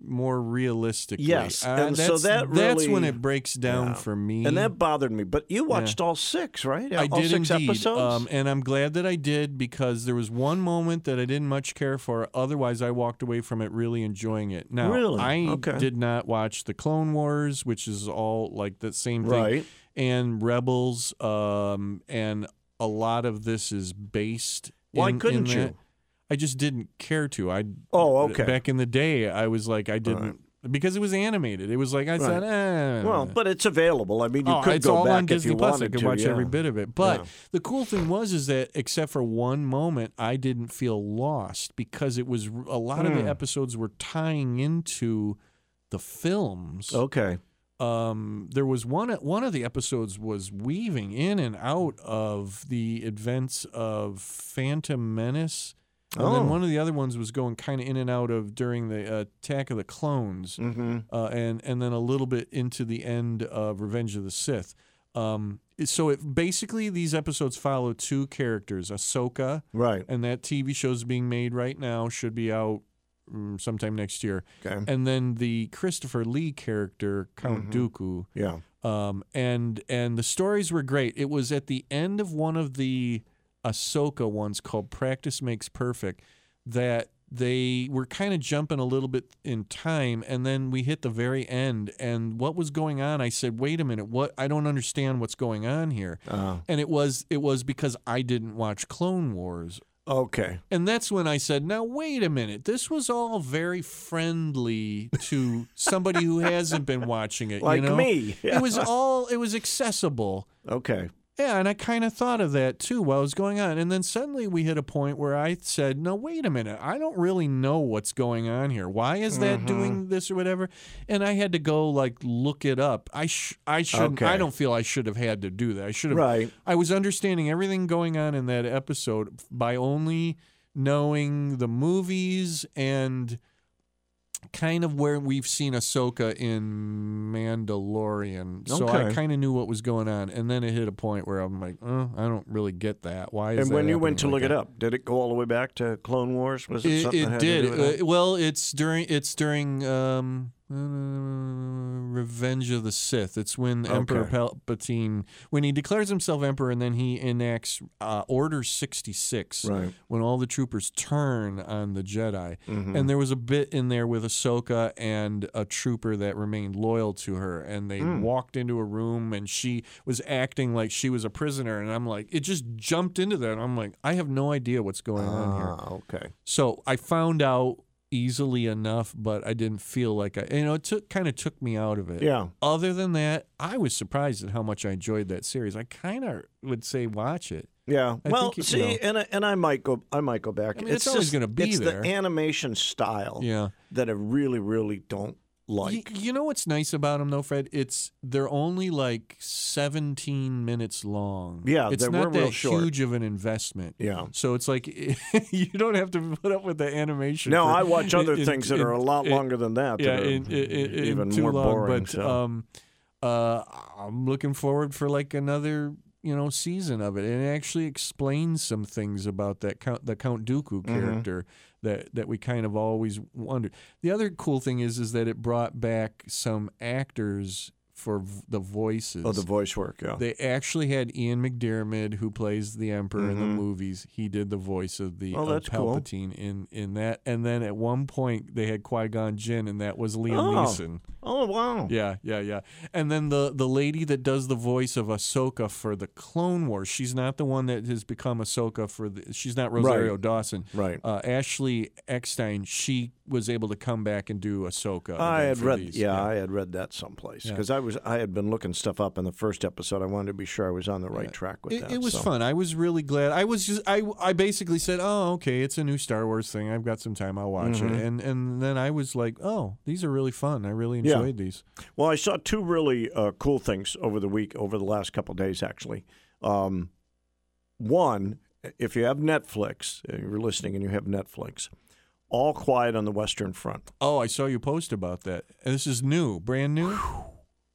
Speaker 2: more realistically.
Speaker 1: Yes,
Speaker 2: Uh,
Speaker 1: and so
Speaker 2: that's,
Speaker 1: that
Speaker 2: that's when
Speaker 1: really-
Speaker 2: it breaks down
Speaker 1: Yeah.
Speaker 2: for me.
Speaker 1: And that bothered me. But you watched all six, right?
Speaker 2: I
Speaker 1: all
Speaker 2: did
Speaker 1: six
Speaker 2: indeed,
Speaker 1: episodes.
Speaker 2: um, and I'm glad that I did because there was one moment that I didn't much care for. Otherwise, I walked away from it really enjoying it. Now,
Speaker 1: Really?
Speaker 2: I
Speaker 1: Okay.
Speaker 2: did not watch the Clone Wars, which is all like the same thing,
Speaker 1: Right.
Speaker 2: and Rebels, um, and a lot of this is based.
Speaker 1: Why
Speaker 2: in- in
Speaker 1: couldn't you?
Speaker 2: that. I just didn't care to. I
Speaker 1: Oh, okay.
Speaker 2: Back in the day, I was like, I didn't. Because it was animated, it was like I said, eh,
Speaker 1: well, but it's available. I mean, you
Speaker 2: oh,
Speaker 1: could
Speaker 2: it's
Speaker 1: go
Speaker 2: all
Speaker 1: back
Speaker 2: on
Speaker 1: if
Speaker 2: Disney
Speaker 1: you
Speaker 2: Plus.
Speaker 1: wanted
Speaker 2: I could
Speaker 1: to.
Speaker 2: watch
Speaker 1: yeah.
Speaker 2: every bit of it. But
Speaker 1: Yeah.
Speaker 2: the cool thing was is that except for one moment, I didn't feel lost because it was a lot
Speaker 1: Hmm.
Speaker 2: of the episodes were tying into the films.
Speaker 1: Okay.
Speaker 2: Um, there was one one of the episodes was weaving in and out of the events of Phantom Menace. And
Speaker 1: Oh.
Speaker 2: then one of the other ones was going kind of in and out of during the uh, attack of the clones
Speaker 1: Mm-hmm.
Speaker 2: uh, and and then a little bit into the end of Revenge of the Sith. Um, so it basically these episodes follow two characters, Ahsoka,
Speaker 1: Right.
Speaker 2: and that TV show's being made right now, should be out mm, sometime next year,
Speaker 1: Okay. Mm-hmm.
Speaker 2: and then the Christopher Lee character Count Dooku.
Speaker 1: Yeah.
Speaker 2: Um, and and the stories were great. It was at the end of one of the Ahsoka ones called "Practice Makes Perfect" that they were kind of jumping a little bit in time, and then we hit the very end. And what was going on? I said, "Wait a minute, what? I don't understand what's going on here."
Speaker 1: Uh,
Speaker 2: And it was it was because I didn't watch Clone Wars
Speaker 1: okay.
Speaker 2: and that's when I said, now, wait a minute. This was all very friendly to somebody who hasn't been watching it.
Speaker 1: Like
Speaker 2: you know?
Speaker 1: me.
Speaker 2: It was all, it was accessible.
Speaker 1: Okay.
Speaker 2: Yeah, and I kind of thought of that too while it was going on. And then suddenly we hit a point where I said, no, wait a minute. I don't really know what's going on here. Why is that
Speaker 1: Mm-hmm.
Speaker 2: doing this or whatever? And I had to go like look it up. I sh- I shouldn't,
Speaker 1: Okay.
Speaker 2: I don't feel I should have had to do that. I should have
Speaker 1: Right.
Speaker 2: I was understanding everything going on in that episode by only knowing the movies and kind of where we've seen Ahsoka in Mandalorian. So I
Speaker 1: Okay.
Speaker 2: kind of knew what was going on, and then it hit a point where I'm like, oh, I don't really get that. Why? Is
Speaker 1: And
Speaker 2: that
Speaker 1: when you went to
Speaker 2: happening
Speaker 1: look it
Speaker 2: like that?
Speaker 1: up, did it go all the way back to Clone Wars? Was it,
Speaker 2: It,
Speaker 1: something that
Speaker 2: it
Speaker 1: had to do with that?
Speaker 2: did. Uh, well, it's during it's during um, uh, Revenge of the Sith. It's when Emperor Palpatine when he declares himself emperor and then he enacts uh, Order sixty six.
Speaker 1: Right.
Speaker 2: When all the troopers turn on the Jedi,
Speaker 1: Mm-hmm.
Speaker 2: and there was a bit in there with Ahsoka and a trooper that remained loyal to her, and they
Speaker 1: Hmm.
Speaker 2: walked into a room and she was acting like she was a prisoner, and I'm like, it just jumped into that. and I'm like, I have no idea what's going on here.
Speaker 1: Ah, okay.
Speaker 2: So I found out easily enough, but I didn't feel like I, you know, it took kind of took me out of it.
Speaker 1: Yeah.
Speaker 2: Other than that, I was surprised at how much I enjoyed that series. I kind of would say watch it.
Speaker 1: Yeah.
Speaker 2: I
Speaker 1: well,
Speaker 2: think you-
Speaker 1: see,
Speaker 2: you know.
Speaker 1: and I, and I might go. I might go back.
Speaker 2: I mean, it's always
Speaker 1: just-
Speaker 2: gonna be
Speaker 1: it's
Speaker 2: there.
Speaker 1: the animation style.
Speaker 2: Yeah.
Speaker 1: That I really, really don't
Speaker 2: Y-
Speaker 1: like.
Speaker 2: you know what's nice about them though, Fred? It's they're only like 17 minutes long.
Speaker 1: Yeah,
Speaker 2: it's
Speaker 1: they
Speaker 2: not
Speaker 1: were real
Speaker 2: that
Speaker 1: short.
Speaker 2: huge of an investment.
Speaker 1: Yeah.
Speaker 2: so it's like you don't have to put up with the animation.
Speaker 1: no,
Speaker 2: for-
Speaker 1: I watch other
Speaker 2: in-
Speaker 1: things that
Speaker 2: in-
Speaker 1: are a lot
Speaker 2: in-
Speaker 1: longer than that.
Speaker 2: Yeah,
Speaker 1: that are
Speaker 2: in, in, in,
Speaker 1: e-, even
Speaker 2: too
Speaker 1: more
Speaker 2: long,
Speaker 1: boring.
Speaker 2: But
Speaker 1: so.
Speaker 2: um, uh, I'm looking forward for like another you know season of it, and it actually explains some things about that count the Count Dooku
Speaker 1: Mm-hmm.
Speaker 2: character that that we kind of always wondered. The other cool thing is is that it brought back some actors for v- the voices.
Speaker 1: oh, the voice work. Yeah.
Speaker 2: They actually had Ian McDiarmid, who plays the Emperor in the movies. He did the voice of the
Speaker 1: Mm-hmm. Oh,
Speaker 2: of
Speaker 1: that's cool.
Speaker 2: Palpatine in in that. And then at one point they had Qui Gon Jinn, and that was Liam
Speaker 1: Oh.
Speaker 2: Neeson.
Speaker 1: oh wow.
Speaker 2: Yeah, yeah, yeah. And then the the lady that does the voice of Ahsoka for the Clone Wars, she's not the one that has become Ahsoka for the. She's not Rosario Dawson.
Speaker 1: Right.
Speaker 2: Uh, Ashley Eckstein, she was able to come back and do Ahsoka.
Speaker 1: I
Speaker 2: again
Speaker 1: had
Speaker 2: for
Speaker 1: read,
Speaker 2: these.
Speaker 1: yeah, I had read that someplace because I was, I had been looking stuff up in the first episode. I wanted to be sure I was on the right track with
Speaker 2: It,
Speaker 1: that.
Speaker 2: it was
Speaker 1: so.
Speaker 2: fun. I was really glad. I was just I I basically said, "Oh, okay, it's a new Star Wars thing. I've got some time. I'll watch
Speaker 1: Mm-hmm.
Speaker 2: it." And and then I was like, "Oh, these are really fun. I really
Speaker 1: Yeah.
Speaker 2: enjoyed these."
Speaker 1: Well, I saw two really uh, cool things over the week, over the last couple days, actually. Um, one, if you have Netflix, uh, you're listening and you have Netflix, All Quiet on the Western Front.
Speaker 2: Oh, I saw you post about that. And this is new, brand new.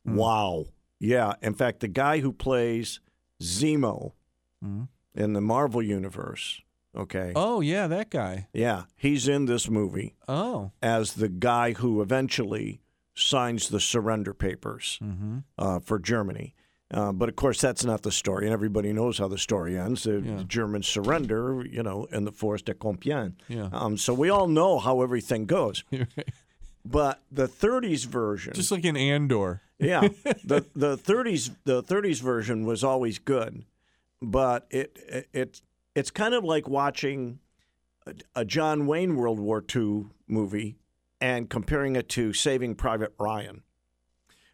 Speaker 2: Mm.
Speaker 1: Wow. Yeah. In fact, the guy who plays Zemo in the Marvel Universe, okay.
Speaker 2: Mm. Oh yeah, that guy.
Speaker 1: Yeah. He's in this movie.
Speaker 2: Oh,
Speaker 1: as the guy who eventually signs the surrender papers
Speaker 2: Mm-hmm.
Speaker 1: uh, for Germany. Uh, but of course, that's not the story, and everybody knows how the story ends. The, the Germans surrender, you know, in the Forest de Compiègne.
Speaker 2: Yeah.
Speaker 1: Um, so we all know how everything goes. But the 30s version,
Speaker 2: just like an Andor.
Speaker 1: yeah, the the 30s the 30s version was always good, but it it, it it's kind of like watching a, a John Wayne World War II movie and comparing it to Saving Private Ryan,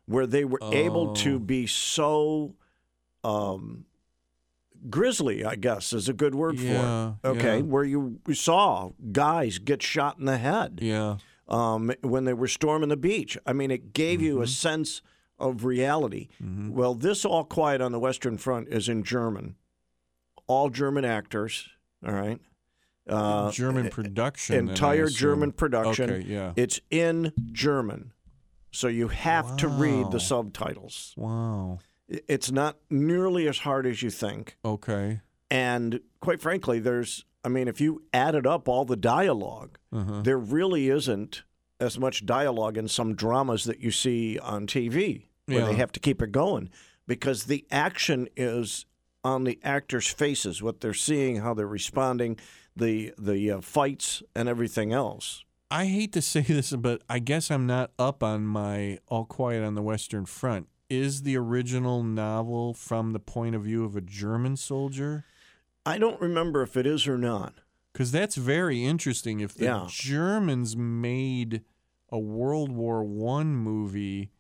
Speaker 1: where they were able
Speaker 2: Oh.
Speaker 1: to be so um, grisly, I guess is a good word
Speaker 2: Yeah,
Speaker 1: for it. Okay,
Speaker 2: yeah.
Speaker 1: where you you saw guys get shot in the head
Speaker 2: Yeah.
Speaker 1: um, when they were storming the beach. I mean, it gave you
Speaker 2: Mm-hmm.
Speaker 1: a sense of reality. Well, this All Quiet on the Western Front is in German, all German actors, all right? Uh,
Speaker 2: German production. then, I
Speaker 1: entire
Speaker 2: assume.
Speaker 1: German production.
Speaker 2: Okay, yeah.
Speaker 1: It's in German. So you have to read
Speaker 2: Wow.
Speaker 1: the subtitles.
Speaker 2: wow.
Speaker 1: I- It's not nearly as hard as you think.
Speaker 2: Okay.
Speaker 1: And quite frankly, there's, I mean, if you added up all the dialogue,
Speaker 2: Uh-huh.
Speaker 1: there really isn't as much dialogue in some dramas that you see on TV where
Speaker 2: Yeah.
Speaker 1: they have to keep it going because the action is on the actors' faces, what they're seeing, how they're responding, the the uh, fights and everything else.
Speaker 2: I hate to say this, but I guess I'm not up on my All Quiet on the Western Front. Is the original novel from the point of view of a German soldier?
Speaker 1: I don't remember if it is or not.
Speaker 2: Because that's very interesting. If the
Speaker 1: Yeah.
Speaker 2: Germans made a World War One movie,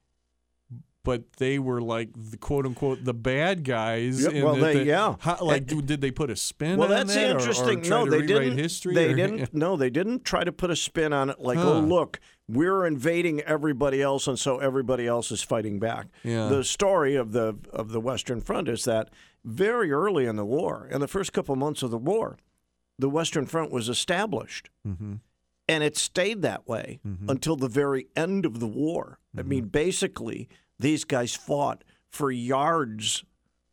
Speaker 2: but they were like the quote unquote the bad guys.
Speaker 1: Yeah,
Speaker 2: in
Speaker 1: well,
Speaker 2: that
Speaker 1: they- yeah.
Speaker 2: how- like, do, did they put a spin?
Speaker 1: well,
Speaker 2: on
Speaker 1: that's
Speaker 2: that or- or
Speaker 1: interesting.
Speaker 2: try
Speaker 1: no,
Speaker 2: to
Speaker 1: they
Speaker 2: rewrite
Speaker 1: didn't.
Speaker 2: History.
Speaker 1: they
Speaker 2: or-
Speaker 1: didn't. No, they didn't try to put a spin on it. Like, oh
Speaker 2: Huh.
Speaker 1: look, we're invading everybody else, and so everybody else is fighting back.
Speaker 2: Yeah.
Speaker 1: The story of the of the Western Front is that very early in the war, in the first couple months of the war, the Western Front was established, and it stayed that way
Speaker 2: Mm-hmm.
Speaker 1: until the very end of the war. I mean, basically, these guys fought for yards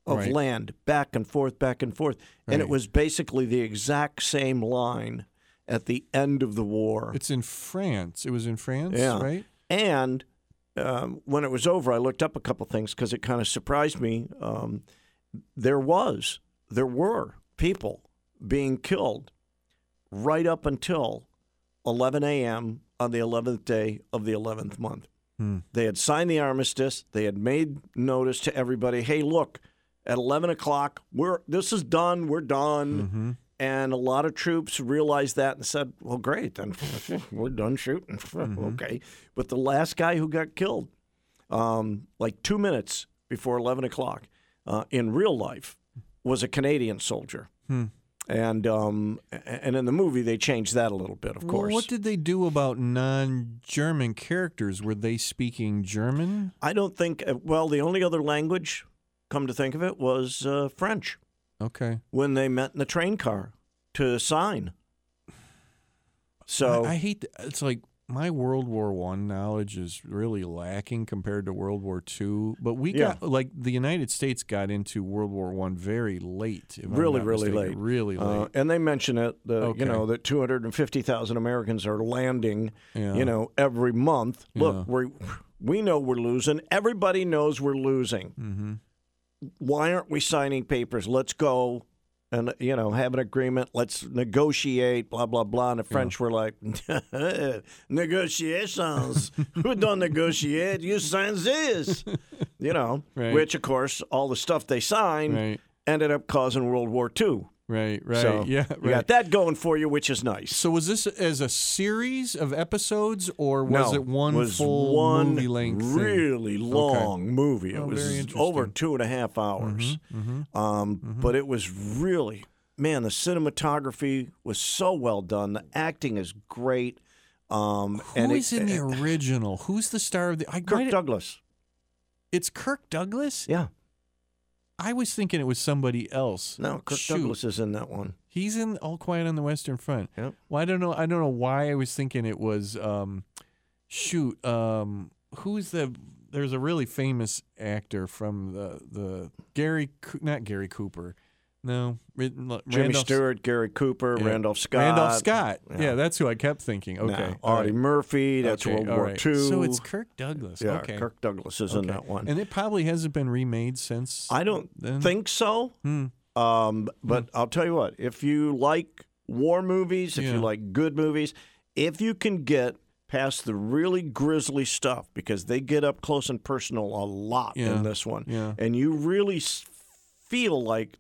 Speaker 1: of
Speaker 2: Right.
Speaker 1: land back and forth, back and forth. And it
Speaker 2: Right.
Speaker 1: was basically the exact same line at the end of the war.
Speaker 2: It's in France. It was in France,
Speaker 1: Yeah.
Speaker 2: right?
Speaker 1: And um, when it was over, I looked up a couple things because it kind of surprised me. Um, there was, there were people being killed right up until 11 a.m. on the 11th day of the 11th month. They had signed the armistice. They had made notice to everybody, hey, look, at 11 o'clock, we're, this is done. We're done. And a lot of troops realized that and said, well, great, then we're done shooting. okay. But the last guy who got killed, um, like two minutes before 11 o'clock uh, in real life, was a Canadian soldier. And um, a- and in the movie, they changed that a little bit, of course.
Speaker 2: What did they do about non-German characters? Were they speaking German?
Speaker 1: I don't think, uh, well, the only other language, come to think of it, was uh, French.
Speaker 2: Okay.
Speaker 1: when they met in the train car to sign. So Oh.
Speaker 2: I, I hate. th- It's like my World War One knowledge is really lacking compared to World War Two. But we
Speaker 1: Yeah.
Speaker 2: got like the United States got into World War One very late. if I'm
Speaker 1: really,
Speaker 2: not
Speaker 1: really
Speaker 2: mistaken.
Speaker 1: late.
Speaker 2: Really late.
Speaker 1: Uh, and they mention it, the,
Speaker 2: Okay.
Speaker 1: you know, that 250,000 Americans are landing,
Speaker 2: Yeah.
Speaker 1: you know, every month.
Speaker 2: Yeah.
Speaker 1: Look, we we know we're losing. Everybody knows we're losing.
Speaker 2: Mm-hmm.
Speaker 1: Why aren't we signing papers? Let's go and, you know, have an agreement. Let's negotiate, blah, blah, blah. And the French were like, negotiations. we don't negotiate. You sign this. you know,
Speaker 2: Right.
Speaker 1: which, of course, all the stuff they signed
Speaker 2: Right.
Speaker 1: ended up causing World War II.
Speaker 2: right. Right.
Speaker 1: So
Speaker 2: yeah.
Speaker 1: you got
Speaker 2: Right.
Speaker 1: that going for you, which is nice.
Speaker 2: So was this as a series of episodes, or was
Speaker 1: No,
Speaker 2: it one
Speaker 1: was
Speaker 2: full
Speaker 1: one
Speaker 2: movie length? thing?
Speaker 1: really long movie. It
Speaker 2: Oh, very
Speaker 1: was
Speaker 2: interesting. Mm-hmm,
Speaker 1: over two and a half hours, Um, but it was really man. The cinematography was so well done. The acting is great. Um,
Speaker 2: Who
Speaker 1: and it-
Speaker 2: is in the original? Who's the star of the? I
Speaker 1: Kirk
Speaker 2: might-
Speaker 1: Douglas?
Speaker 2: It's Kirk Douglas.
Speaker 1: Yeah,
Speaker 2: I was thinking it was somebody else.
Speaker 1: no, Kirk
Speaker 2: Shoot.
Speaker 1: Douglas is in that one.
Speaker 2: He's in All Quiet on the Western Front.
Speaker 1: Yep.
Speaker 2: Well, I don't know. I don't know why I was thinking it was. Um, shoot, um, who's the? There's a really famous actor from the the Gary, Coo- not Gary Cooper. No, Rid- Randolph-
Speaker 1: Jimmy Stewart, Gary Cooper,
Speaker 2: yeah.
Speaker 1: Randolph Scott,
Speaker 2: Randolph Scott. Yeah.
Speaker 1: Yeah.
Speaker 2: that's who I kept thinking.
Speaker 1: no,
Speaker 2: Okay, all
Speaker 1: Audie
Speaker 2: right.
Speaker 1: Murphy. That's
Speaker 2: Okay,
Speaker 1: World
Speaker 2: all
Speaker 1: War
Speaker 2: right.
Speaker 1: II.
Speaker 2: So it's Kirk Douglas.
Speaker 1: Yeah,
Speaker 2: okay.
Speaker 1: Kirk Douglas is in
Speaker 2: Okay.
Speaker 1: that one.
Speaker 2: And it probably hasn't been remade since.
Speaker 1: I don't
Speaker 2: then?
Speaker 1: think so.
Speaker 2: Hmm.
Speaker 1: Um, but I'll tell you what: if you like war movies, if
Speaker 2: Yeah.
Speaker 1: you like good movies, if you can get past the really grisly stuff, because they get up close and personal a lot
Speaker 2: Yeah.
Speaker 1: in this one,
Speaker 2: Yeah.
Speaker 1: and you really s- feel like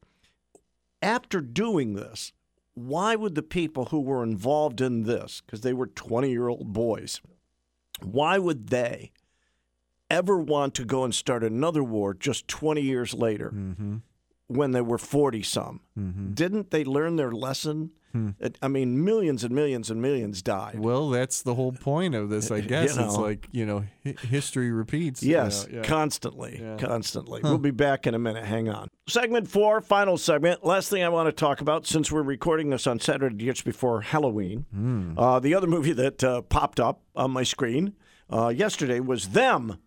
Speaker 1: after doing this. Why would the people who were involved in this, because they were 20 year old boys, why would they ever want to go and start another war just 20 years later when they were 40 some? Didn't they learn their lesson? It- I mean, millions and millions and millions died.
Speaker 2: Well, that's the whole point of this, I
Speaker 1: You
Speaker 2: guess. It's
Speaker 1: know.
Speaker 2: like you know, hi- history repeats. you
Speaker 1: Yes,
Speaker 2: know, yeah.
Speaker 1: constantly,
Speaker 2: Yeah.
Speaker 1: constantly. We'll be back in a minute. Hang on. Segment four, final segment. Last thing I want to talk about, since we're recording this on Saturday just before Halloween,
Speaker 2: Hmm.
Speaker 1: uh, the other movie that uh, popped up on my screen uh, yesterday was Them,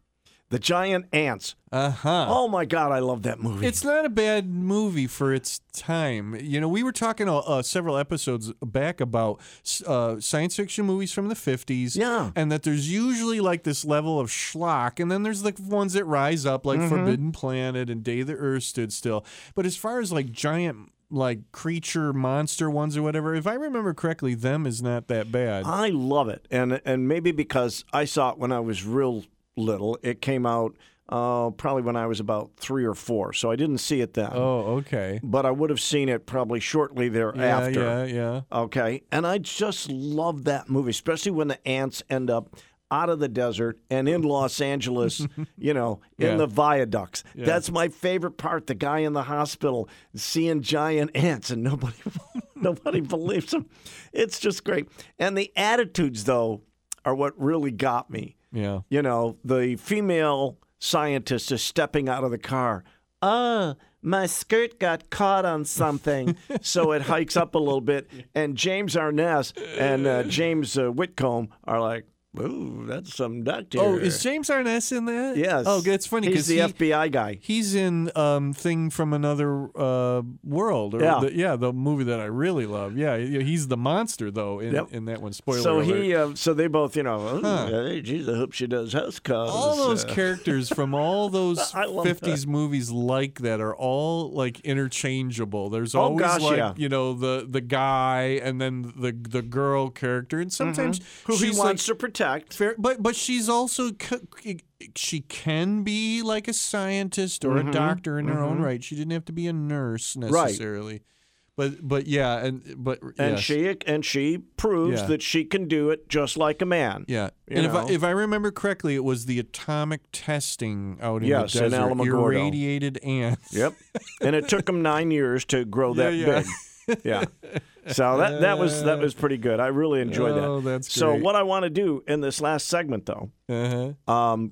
Speaker 1: the Giant Ants.
Speaker 2: Uh huh.
Speaker 1: Oh my God, I love that movie.
Speaker 2: It's not a bad movie for its time. You know, we were talking uh, uh, several episodes back about uh, science fiction movies from the 50s.
Speaker 1: Yeah.
Speaker 2: And that there's usually like this level of schlock, and then there's like ones that rise up,
Speaker 1: Mm-hmm.
Speaker 2: like Forbidden Planet and Day the Earth Stood Still. But as far as like giant. Like creature monster ones or whatever. If I remember correctly, them is not that bad.
Speaker 1: I love it, and and maybe because I saw it when I was real little, it came out uh, probably when I was about three or four, so I didn't see it then.
Speaker 2: oh, okay.
Speaker 1: But I would have seen it probably shortly
Speaker 2: Yeah,
Speaker 1: thereafter.
Speaker 2: yeah, yeah.
Speaker 1: Okay, and I just love that movie, especially when the ants end up out of the desert and in Los Angeles, you know, in
Speaker 2: Yeah.
Speaker 1: the viaducts. That's my favorite part. The guy in the hospital seeing giant ants and nobody nobody believes him. It's just great. And the attitudes though are what really got me.
Speaker 2: Yeah.
Speaker 1: You know, the female scientist is stepping out of the car. Oh, my skirt got caught on something. so it hikes up a little bit. And James Arness and uh, James uh, Whitcomb are like, ooh, that's some doctor.
Speaker 2: Oh, is James Arness in that?
Speaker 1: Yes.
Speaker 2: Oh, that's funny
Speaker 1: He's
Speaker 2: because
Speaker 1: the FBI guy.
Speaker 2: He's in um, thing from another uh, world. Or
Speaker 1: Yeah.
Speaker 2: the, yeah, the movie that I really love. Yeah, he- he's the monster though in,
Speaker 1: Yep.
Speaker 2: in that one. Spoiler
Speaker 1: So
Speaker 2: alert.
Speaker 1: he, uh, so they both, you know, "Ooh, hey, geez, I hope she does house calls.
Speaker 2: all those
Speaker 1: Uh,
Speaker 2: characters from all those
Speaker 1: I love
Speaker 2: 50s movies like that are all like interchangeable. There's
Speaker 1: Oh,
Speaker 2: always
Speaker 1: gosh,
Speaker 2: like,
Speaker 1: yeah.
Speaker 2: you know, the the guy and then the the girl character and sometimes
Speaker 1: Mm-hmm. who he
Speaker 2: she's
Speaker 1: wants to
Speaker 2: like
Speaker 1: protect.
Speaker 2: fair, but but she's also c- she can be
Speaker 1: Mm-hmm.
Speaker 2: like a scientist or a doctor in her own right. She didn't have to be a nurse necessarily. But but yeah, and but
Speaker 1: And
Speaker 2: yes.
Speaker 1: she and she proves
Speaker 2: Yeah.
Speaker 1: that she can do it just like a man.
Speaker 2: Yeah,
Speaker 1: You
Speaker 2: and if I,
Speaker 1: know.
Speaker 2: if I remember correctly, it was the atomic testing out in
Speaker 1: Yes,
Speaker 2: the
Speaker 1: in
Speaker 2: desert,
Speaker 1: Alamogordo.
Speaker 2: irradiated ants.
Speaker 1: Yep. and it took him nine years to grow that
Speaker 2: Yeah,
Speaker 1: big. Yeah. So that that was that was pretty good. I really enjoyed
Speaker 2: Oh,
Speaker 1: that.
Speaker 2: that's
Speaker 1: so
Speaker 2: great.
Speaker 1: what I want to do in this last segment though,
Speaker 2: Uh-huh.
Speaker 1: um,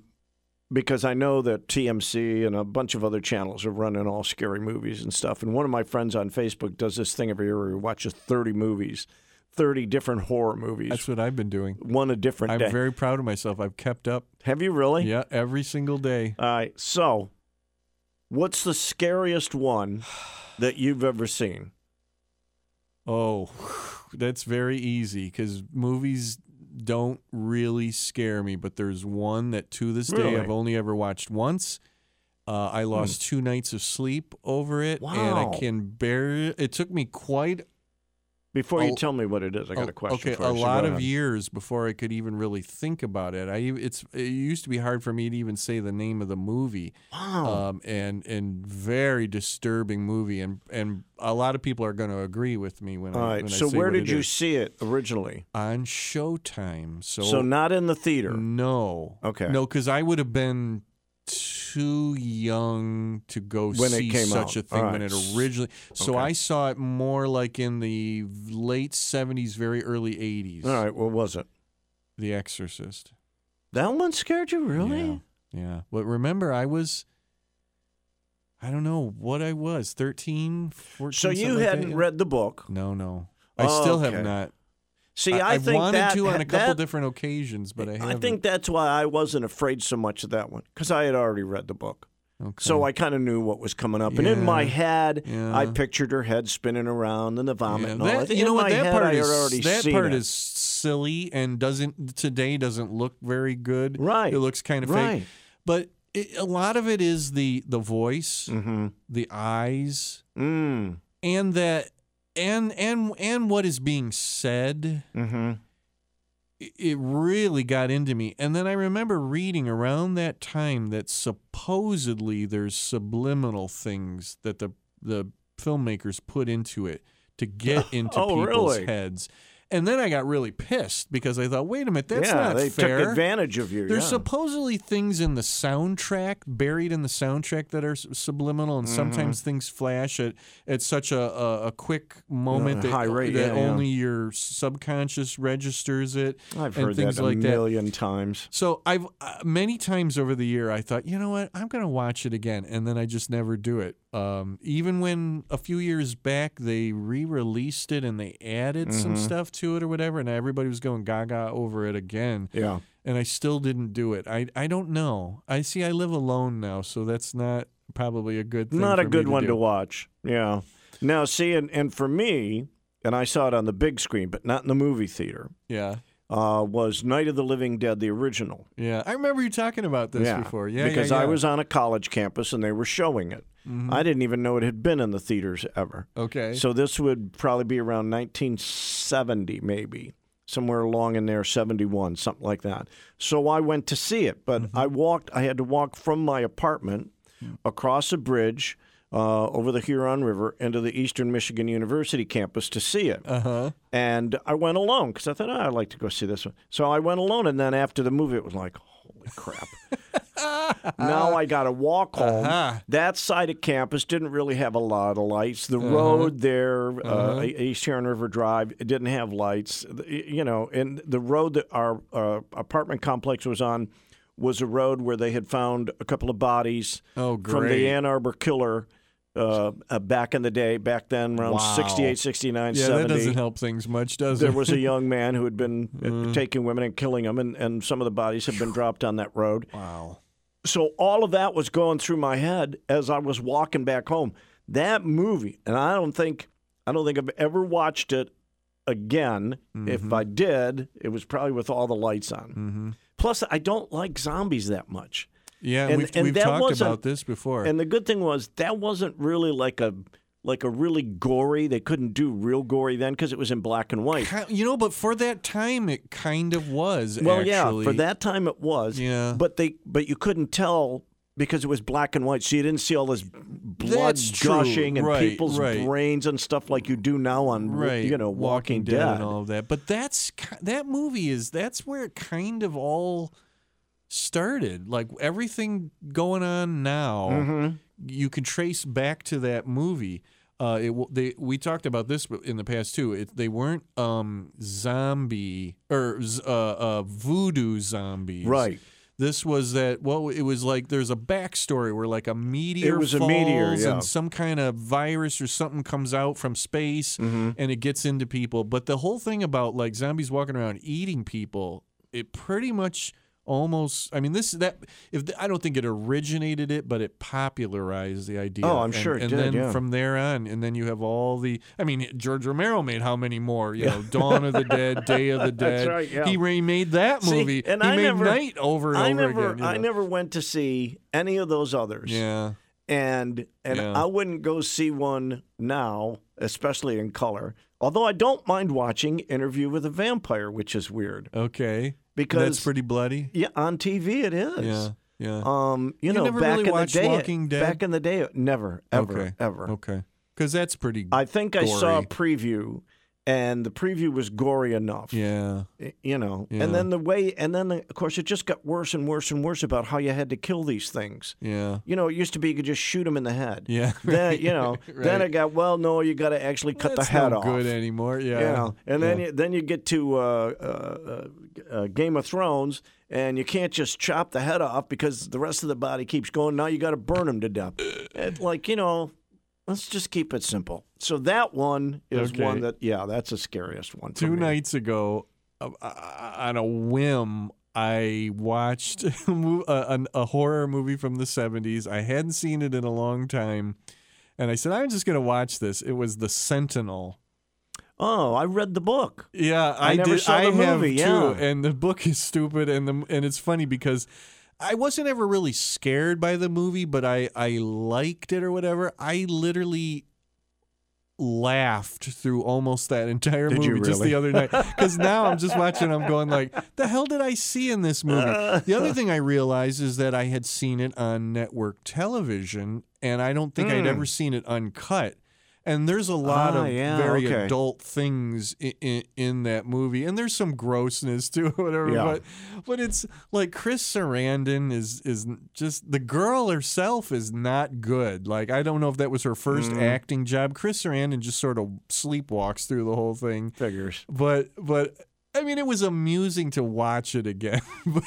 Speaker 1: because I know that TMC and a bunch of other channels are running all scary movies and stuff. And one of my friends on Facebook does this thing every year where he watches thirty movies, thirty different horror movies.
Speaker 2: That's what I've been doing.
Speaker 1: one a different
Speaker 2: I'm
Speaker 1: day.
Speaker 2: very proud of myself. I've kept up.
Speaker 1: Have you really?
Speaker 2: Yeah, every single day.
Speaker 1: All right. So, what's the scariest one that you've ever seen?
Speaker 2: Oh, that's very easy because movies don't really scare me. But there's one that to this day
Speaker 1: Really? Hmm.
Speaker 2: I've only ever watched once. Uh, I lost two nights of sleep over it, and
Speaker 1: Wow.
Speaker 2: I can bear. It took me quite
Speaker 1: Before you
Speaker 2: Oh,
Speaker 1: tell me what it is, I got
Speaker 2: Oh,
Speaker 1: a question
Speaker 2: Okay,
Speaker 1: for
Speaker 2: a
Speaker 1: you, so
Speaker 2: lot
Speaker 1: go
Speaker 2: of
Speaker 1: ahead.
Speaker 2: years before I could even really think about it. I ev- it's it used to be hard for me to even say the name of the movie. Wow. Um, and and very disturbing movie, and and a lot of people are going to agree with me when
Speaker 1: All
Speaker 2: I.
Speaker 1: right.
Speaker 2: when I
Speaker 1: So
Speaker 2: say
Speaker 1: where
Speaker 2: what
Speaker 1: did
Speaker 2: it
Speaker 1: you
Speaker 2: is.
Speaker 1: see it originally?
Speaker 2: on Showtime? So Mm,
Speaker 1: So not in the theater.
Speaker 2: no.
Speaker 1: Okay.
Speaker 2: No, because I would have been too young to go
Speaker 1: When it
Speaker 2: see
Speaker 1: came
Speaker 2: such
Speaker 1: out.
Speaker 2: a thing
Speaker 1: All
Speaker 2: when
Speaker 1: right.
Speaker 2: it originally. So
Speaker 1: Okay.
Speaker 2: I saw it more like in the late seventies, very early eighties.
Speaker 1: All right. What was it?
Speaker 2: The Exorcist.
Speaker 1: That one scared you really?
Speaker 2: Yeah. yeah. But remember, I was. I don't know what I was, 13, 14.
Speaker 1: So you
Speaker 2: something like that,
Speaker 1: hadn't
Speaker 2: yeah.
Speaker 1: read the book.
Speaker 2: No, no. I still
Speaker 1: Okay.
Speaker 2: have not.
Speaker 1: See, I,
Speaker 2: I've
Speaker 1: think
Speaker 2: wanted
Speaker 1: that
Speaker 2: to on a couple
Speaker 1: that-
Speaker 2: different occasions, but I haven't.
Speaker 1: I think that's why I wasn't afraid so much of that one because I had already read the book.
Speaker 2: Okay.
Speaker 1: So I kind of knew what was coming up, and in my
Speaker 2: Yeah.
Speaker 1: head, I
Speaker 2: Yeah.
Speaker 1: pictured her head spinning around and the vomit.
Speaker 2: Yeah,
Speaker 1: and all
Speaker 2: that-
Speaker 1: that.
Speaker 2: you know
Speaker 1: in
Speaker 2: what?
Speaker 1: my
Speaker 2: That
Speaker 1: head,
Speaker 2: part
Speaker 1: I had
Speaker 2: is
Speaker 1: already
Speaker 2: that
Speaker 1: seen
Speaker 2: part
Speaker 1: it.
Speaker 2: is silly and doesn't today doesn't look very good.
Speaker 1: Right.
Speaker 2: It looks kind of
Speaker 1: Right.
Speaker 2: fake. But it, a lot of it is the the voice,
Speaker 1: Mhm.
Speaker 2: the eyes,
Speaker 1: Mm.
Speaker 2: and that and and and what is being said.
Speaker 1: Mm-hmm.
Speaker 2: it- it really got into me. And then I remember reading around that time that supposedly there's subliminal things that the the filmmakers put into it to get into
Speaker 1: Oh,
Speaker 2: people's
Speaker 1: really?
Speaker 2: heads. And then I got really pissed because I thought, wait a minute, that's
Speaker 1: yeah,
Speaker 2: not
Speaker 1: they
Speaker 2: fair.
Speaker 1: took advantage of you.
Speaker 2: There's
Speaker 1: yeah.
Speaker 2: supposedly things in the soundtrack, buried in the soundtrack, that are s- subliminal, and sometimes
Speaker 1: Mm-hmm.
Speaker 2: things flash at, at such a, a, a quick moment that,
Speaker 1: high rate,
Speaker 2: that
Speaker 1: yeah, yeah.
Speaker 2: only your subconscious registers it.
Speaker 1: I've
Speaker 2: and
Speaker 1: heard
Speaker 2: things
Speaker 1: that a
Speaker 2: like that.
Speaker 1: million times.
Speaker 2: So I've uh, many times over the year I thought, you know what, I'm going to watch it again, and then I just never do it. Um, even when a few years back they re-released it and they added some
Speaker 1: Mm-hmm.
Speaker 2: stuff to it or whatever, and everybody was going gaga over it again,
Speaker 1: Yeah.
Speaker 2: and I still didn't do it. I I don't know. I see I live alone now, so that's not probably a good thing.
Speaker 1: Not a
Speaker 2: for me
Speaker 1: good
Speaker 2: to
Speaker 1: one
Speaker 2: do.
Speaker 1: to watch. Yeah. Now, see, and, and for me, and I saw it on the big screen, but not in the movie theater,
Speaker 2: Yeah,
Speaker 1: uh, was Night of the Living Dead, the original.
Speaker 2: yeah. I remember you talking about this
Speaker 1: yeah.
Speaker 2: before. Yeah,
Speaker 1: Because
Speaker 2: yeah,
Speaker 1: I
Speaker 2: Mm-hmm. yeah.
Speaker 1: was on a college campus and they were showing it. I didn't even know it had been in the theaters ever.
Speaker 2: okay.
Speaker 1: So this would probably be around 1970, maybe somewhere along in there, 71, something like that. So I went to see it, but I walked. I had to walk from my apartment across a bridge uh, over the Huron River into the Eastern Michigan University campus to see it.
Speaker 2: uh huh.
Speaker 1: And I went alone because I thought oh, I'd like to go see this one. So I went alone, and then after the movie, it was like, holy crap. Now I got to walk home.
Speaker 2: Uh-huh.
Speaker 1: That side of campus didn't really have a lot of lights. The
Speaker 2: Uh-huh.
Speaker 1: road there, uh East Huron River Drive, it didn't have lights. The- You know, and the road that our uh, apartment complex was on was a road where they had found a couple of bodies
Speaker 2: Oh,
Speaker 1: from the
Speaker 2: great.
Speaker 1: Ann Arbor killer. Uh, uh, back in the day, back then around
Speaker 2: Wow.
Speaker 1: sixty-eight, sixty-nine,
Speaker 2: Yeah,
Speaker 1: 70
Speaker 2: that doesn't help things much, does it?
Speaker 1: there was a young man who had been uh taking women and killing them, and, and some of the bodies had been dropped on that road.
Speaker 2: wow.
Speaker 1: So all of that was going through my head as I was walking back home. That movie, and I don't think I don't think I've ever watched it again. If I did, it was probably with all the lights on. Plus, I don't like zombies that much.
Speaker 2: Yeah,
Speaker 1: And-
Speaker 2: we've,
Speaker 1: and
Speaker 2: we've
Speaker 1: that
Speaker 2: talked
Speaker 1: wasn't-
Speaker 2: about this before.
Speaker 1: And the good thing was that wasn't really like a like a really gory. They couldn't do real gory then because it was in black and white.
Speaker 2: Ki- you know, but for that time, it kind of was.
Speaker 1: Well,
Speaker 2: actually.
Speaker 1: yeah, for that time it was.
Speaker 2: Yeah.
Speaker 1: But they, but you couldn't tell because it was black and white, so you didn't see all this blood
Speaker 2: That's true.
Speaker 1: gushing and
Speaker 2: Right,
Speaker 1: people's
Speaker 2: right.
Speaker 1: brains and stuff like you do now on
Speaker 2: right
Speaker 1: you know Walking, Dead.
Speaker 2: and all of that but that's ki- that movie is that's where it kind of all started like everything going on now
Speaker 1: Mm-hmm.
Speaker 2: you can trace back to that movie uh, it, w- they, we talked about this in the past too. It, they weren't um, zombie or z- uh, uh, voodoo zombies,
Speaker 1: Right.
Speaker 2: This was that. Well, it was like there's a backstory where like a meteor
Speaker 1: was a
Speaker 2: falls
Speaker 1: meteor, yeah.
Speaker 2: and some kind of virus or something comes out from space
Speaker 1: Mm-hmm.
Speaker 2: and it gets into people. But the whole thing about like zombies walking around eating people, it pretty much almost. I mean, this that if I don't think it originated it, but it popularized the idea.
Speaker 1: Oh, I'm
Speaker 2: And-
Speaker 1: sure it
Speaker 2: and
Speaker 1: did,
Speaker 2: then
Speaker 1: yeah.
Speaker 2: from there on, and then you have all the. I mean, George Romero made how many more? You know, Dawn of the Dead, Day of the Dead.
Speaker 1: That's right, yeah.
Speaker 2: He remade that
Speaker 1: See,
Speaker 2: movie.
Speaker 1: and
Speaker 2: he
Speaker 1: I
Speaker 2: made
Speaker 1: never-
Speaker 2: Night over and
Speaker 1: I
Speaker 2: over
Speaker 1: never
Speaker 2: again. you
Speaker 1: I
Speaker 2: know.
Speaker 1: never went to see any of those others.
Speaker 2: Yeah.
Speaker 1: and and
Speaker 2: Yeah.
Speaker 1: I wouldn't go see one now, especially in color. Although I don't mind watching Interview with a Vampire, which is weird
Speaker 2: Okay.
Speaker 1: because
Speaker 2: that's pretty bloody.
Speaker 1: yeah, on TV it is.
Speaker 2: Yeah. Yeah.
Speaker 1: Um, you,
Speaker 2: You
Speaker 1: know,
Speaker 2: never
Speaker 1: back
Speaker 2: really
Speaker 1: in the
Speaker 2: watched
Speaker 1: day,
Speaker 2: Walking Dead?
Speaker 1: back in the day, never, ever,
Speaker 2: okay.
Speaker 1: ever.
Speaker 2: Okay. Because that's pretty.
Speaker 1: I think I saw a
Speaker 2: Gory.
Speaker 1: preview, and the preview was gory enough.
Speaker 2: yeah.
Speaker 1: y- You know,
Speaker 2: Yeah.
Speaker 1: and then the way, and then of course it just got worse and worse and worse about how you had to kill these things.
Speaker 2: Yeah.
Speaker 1: You know, it used to be you could just shoot them in the head.
Speaker 2: Yeah.
Speaker 1: Then you know, then
Speaker 2: Right.
Speaker 1: it got well. No, you got to actually cut
Speaker 2: that's
Speaker 1: the head
Speaker 2: no
Speaker 1: off.
Speaker 2: good anymore. Yeah.
Speaker 1: you know, and then you, then you get to uh, uh, uh, uh, Game of Thrones, and you can't just chop the head off because the rest of the body keeps going. Now you got to burn them to death.
Speaker 2: Uh.
Speaker 1: It, like you know, let's just keep it simple. So that one is
Speaker 2: Okay.
Speaker 1: one that yeah, that's the scariest one. for
Speaker 2: two
Speaker 1: me.
Speaker 2: nights ago, uh, uh, on a whim, I watched a, mo- a, an- a horror movie from the 70s. I hadn't seen it in a long time. And I said, I'm just going to watch this. It was The Sentinel.
Speaker 1: Oh, I read the book.
Speaker 2: Yeah, I,
Speaker 1: never
Speaker 2: did.
Speaker 1: saw the
Speaker 2: I have
Speaker 1: movie,
Speaker 2: too,
Speaker 1: yeah.
Speaker 2: and the book is stupid, and the and it's funny because I wasn't ever really scared by the movie, but I I liked it or whatever. I literally laughed through almost that entire
Speaker 1: Did
Speaker 2: movie
Speaker 1: you
Speaker 2: just
Speaker 1: really?
Speaker 2: the other night because now i'm just watching i'm going like the hell did i see in this movie the other thing i realized is that i had seen it on network television and i don't think i'd ever seen it uncut and there's a lot
Speaker 1: Hmm. Ah,
Speaker 2: of
Speaker 1: yeah,
Speaker 2: very
Speaker 1: okay.
Speaker 2: adult things in, in, in that movie, and there's some grossness to it, whatever.
Speaker 1: Yeah.
Speaker 2: But but it's like Chris Sarandon is is just the girl herself is not good. Like I don't know if that was her first acting job. Chris Sarandon just sort of sleepwalks through the whole thing.
Speaker 1: Figures.
Speaker 2: But but I mean, it was amusing to watch it again. but,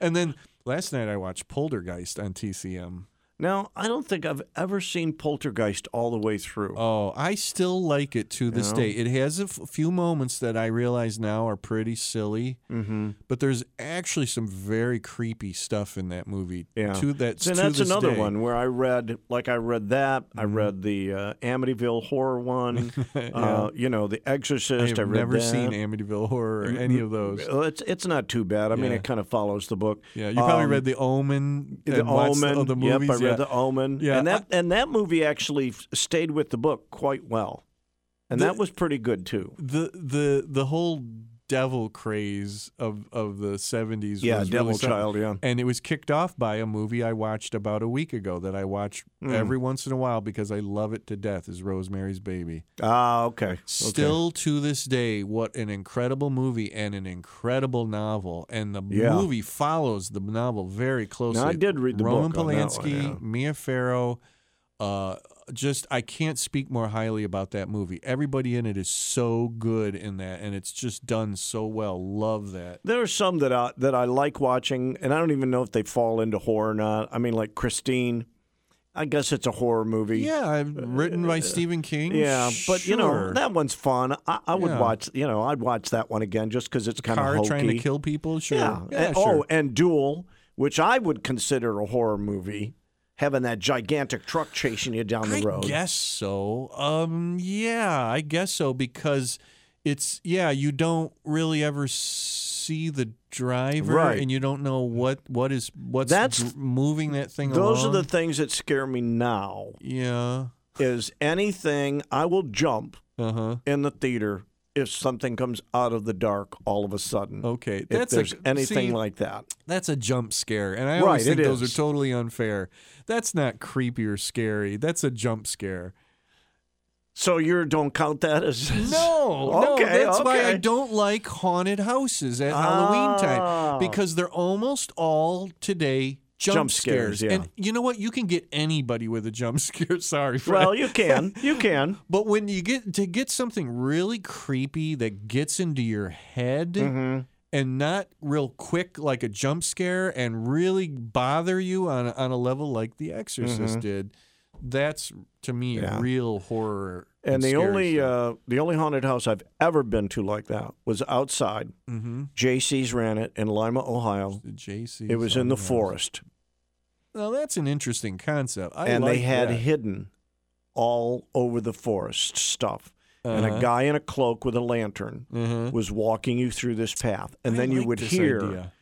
Speaker 2: and then last night I watched Poltergeist on TCM.
Speaker 1: Now I don't think I've ever seen Poltergeist all the way through.
Speaker 2: Oh, I still like it to this day. It has a f- few moments that I realize now are pretty silly, mm-hmm. but there's actually some very creepy stuff in that movie.
Speaker 1: Yeah.
Speaker 2: to that.
Speaker 1: and
Speaker 2: to
Speaker 1: that's
Speaker 2: this
Speaker 1: another
Speaker 2: day. Mm-hmm.
Speaker 1: one where I read, like I read that. I read the uh, Amityville horror one. uh, you know, The
Speaker 2: I
Speaker 1: Exorcist.
Speaker 2: have
Speaker 1: I, read
Speaker 2: never
Speaker 1: that. Mm,
Speaker 2: seen Amityville Horror or any of those.
Speaker 1: Well, It's it's not too bad. I mean,
Speaker 2: Yeah.
Speaker 1: it kind of follows the book.
Speaker 2: Yeah, you probably
Speaker 1: Um,
Speaker 2: read The Omen.
Speaker 1: the
Speaker 2: and watched
Speaker 1: Omen.
Speaker 2: The, other
Speaker 1: yep,
Speaker 2: movies.
Speaker 1: I read
Speaker 2: yeah.
Speaker 1: the Omen.
Speaker 2: Yeah,
Speaker 1: and that and that movie actually f- stayed with the book quite well, and
Speaker 2: The-
Speaker 1: that was pretty good too.
Speaker 2: the the the whole devil craze of of the 70s
Speaker 1: Yeah,
Speaker 2: was
Speaker 1: Devil
Speaker 2: really something.
Speaker 1: Child, yeah.
Speaker 2: and it was kicked off by a movie i watched about a week ago that i watch
Speaker 1: Hmm.
Speaker 2: every once in a while because i love it to death is rosemary's baby
Speaker 1: Ah, okay.
Speaker 2: still to this day what an incredible movie and an incredible novel and the
Speaker 1: Yeah.
Speaker 2: movie follows the novel very closely
Speaker 1: did read the
Speaker 2: roman
Speaker 1: book on that
Speaker 2: polanski
Speaker 1: one, yeah.
Speaker 2: mia farrow uh, just I can't speak more highly about that movie. Everybody in it is so good in that, and it's just done so well. Love that.
Speaker 1: There are some that I that I like watching, and I don't even know if they fall into horror or not. I mean, like Christine. I guess it's a horror movie.
Speaker 2: Yeah, I've written by Stephen King.
Speaker 1: Uh, Yeah, but you know
Speaker 2: Sure.
Speaker 1: that one's fun. I, I would
Speaker 2: Yeah.
Speaker 1: watch. You know, I'd watch that one again just because it's kind of
Speaker 2: car
Speaker 1: hokey.
Speaker 2: trying to kill people. Sure.
Speaker 1: Yeah.
Speaker 2: Yeah,
Speaker 1: and,
Speaker 2: sure.
Speaker 1: Oh, and Duel, which I would consider a horror movie, having that gigantic truck chasing you down the road.
Speaker 2: I guess so. Um, yeah, I guess so because it's yeah, you don't really ever see the driver,
Speaker 1: Right.
Speaker 2: and you don't know what what is what's
Speaker 1: That's-
Speaker 2: dr- moving that thing.
Speaker 1: Those are
Speaker 2: along.
Speaker 1: the things that scare me now.
Speaker 2: yeah.
Speaker 1: Is anything I will jump
Speaker 2: Uh huh.
Speaker 1: in the theater if something comes out of the dark all of a sudden.
Speaker 2: Okay,
Speaker 1: If
Speaker 2: that's a-
Speaker 1: there's anything
Speaker 2: see,
Speaker 1: like that.
Speaker 2: That's a jump scare, and I always
Speaker 1: Right, it
Speaker 2: think those
Speaker 1: is.
Speaker 2: are totally unfair. That's not creepy or scary. That's a jump scare.
Speaker 1: So you don't count that as
Speaker 2: No,
Speaker 1: Okay,
Speaker 2: no, that's why I
Speaker 1: okay.
Speaker 2: don't like haunted houses at Halloween time because they're almost all today jump,
Speaker 1: Ah. Jump scares, yeah.
Speaker 2: And you know what? You can get anybody with a jump scare. Sorry, Fred.
Speaker 1: Well, you can. You can.
Speaker 2: but when you get to get something really creepy that gets into your head
Speaker 1: Mm-hmm.
Speaker 2: and not real quick like a jump scare and really bother you on on a level like The Exorcist
Speaker 1: Mm-hmm.
Speaker 2: did, that's to me real horror.
Speaker 1: And the
Speaker 2: scary
Speaker 1: only
Speaker 2: stuff.
Speaker 1: uh, the only haunted house I've ever been to like that was outside. Mm-hmm. JC's ran it in Lima, Ohio.
Speaker 2: the JC.
Speaker 1: It was in the forest,
Speaker 2: Now that's an interesting concept. I
Speaker 1: and they
Speaker 2: like
Speaker 1: had
Speaker 2: that.
Speaker 1: hidden all over the forest stuff. And
Speaker 2: Uh-huh.
Speaker 1: a guy in a cloak with a lantern was walking you through this path, and
Speaker 2: Mm-hmm. I
Speaker 1: then you
Speaker 2: like
Speaker 1: would
Speaker 2: this
Speaker 1: hear
Speaker 2: idea.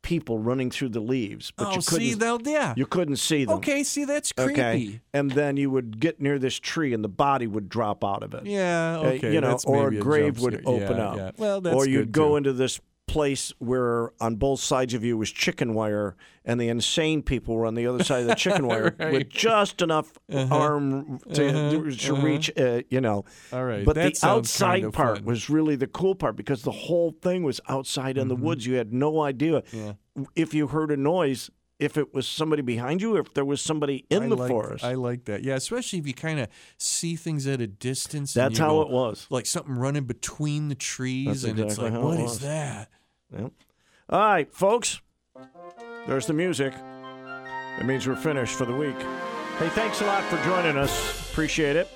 Speaker 1: people running through the leaves, but
Speaker 2: oh,
Speaker 1: you couldn't
Speaker 2: see, though, yeah.
Speaker 1: you couldn't see them.
Speaker 2: okay, see, that's creepy.
Speaker 1: Okay. And then you would get near this tree and the body would drop out of it.
Speaker 2: Yeah,
Speaker 1: Uh,
Speaker 2: okay.
Speaker 1: you know,
Speaker 2: that's
Speaker 1: or
Speaker 2: maybe
Speaker 1: a
Speaker 2: jump
Speaker 1: grave would
Speaker 2: scare.
Speaker 1: open
Speaker 2: Yeah,
Speaker 1: up.
Speaker 2: yeah. Well, that's
Speaker 1: or you'd
Speaker 2: good,
Speaker 1: go
Speaker 2: too.
Speaker 1: into this place where on both sides of you was chicken wire and the insane people were on the other side of the chicken wire with just enough
Speaker 2: Uh-huh.
Speaker 1: arm to, to reach uh, you know
Speaker 2: All right,
Speaker 1: but
Speaker 2: that
Speaker 1: the
Speaker 2: sounds
Speaker 1: outside
Speaker 2: kind of
Speaker 1: part
Speaker 2: fun.
Speaker 1: was really the cool part because the whole thing was outside in the
Speaker 2: Mm-hmm.
Speaker 1: woods you had no idea if you heard a noise if it was somebody behind you or if there was somebody in
Speaker 2: I
Speaker 1: the
Speaker 2: like,
Speaker 1: forest
Speaker 2: I like that. Yeah, especially if you kind of see things at a distance. and
Speaker 1: That's
Speaker 2: you
Speaker 1: how
Speaker 2: go,
Speaker 1: it was.
Speaker 2: Like something running between the
Speaker 1: That's
Speaker 2: trees, and it's
Speaker 1: exactly
Speaker 2: like,
Speaker 1: how it
Speaker 2: what
Speaker 1: was.
Speaker 2: is that?
Speaker 1: Yep. All right, folks. There's the music. It means we're finished for the week. Hey, thanks a lot for joining us. Appreciate it.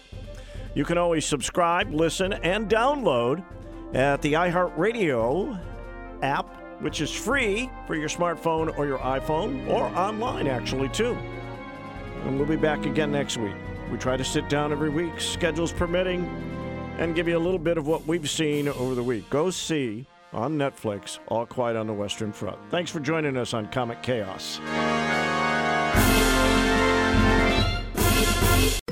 Speaker 1: You can always subscribe, listen, and download at the iHeartRadio app, which is free for your smartphone or your iPhone, or online, actually, too. And we'll be back again next week. We try to sit down every week, schedules permitting, and give you a little bit of what we've seen over the week. Go see on Netflix All Quiet on the Western Front. Thanks for joining us on Comic Chaos.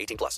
Speaker 3: 18 plus.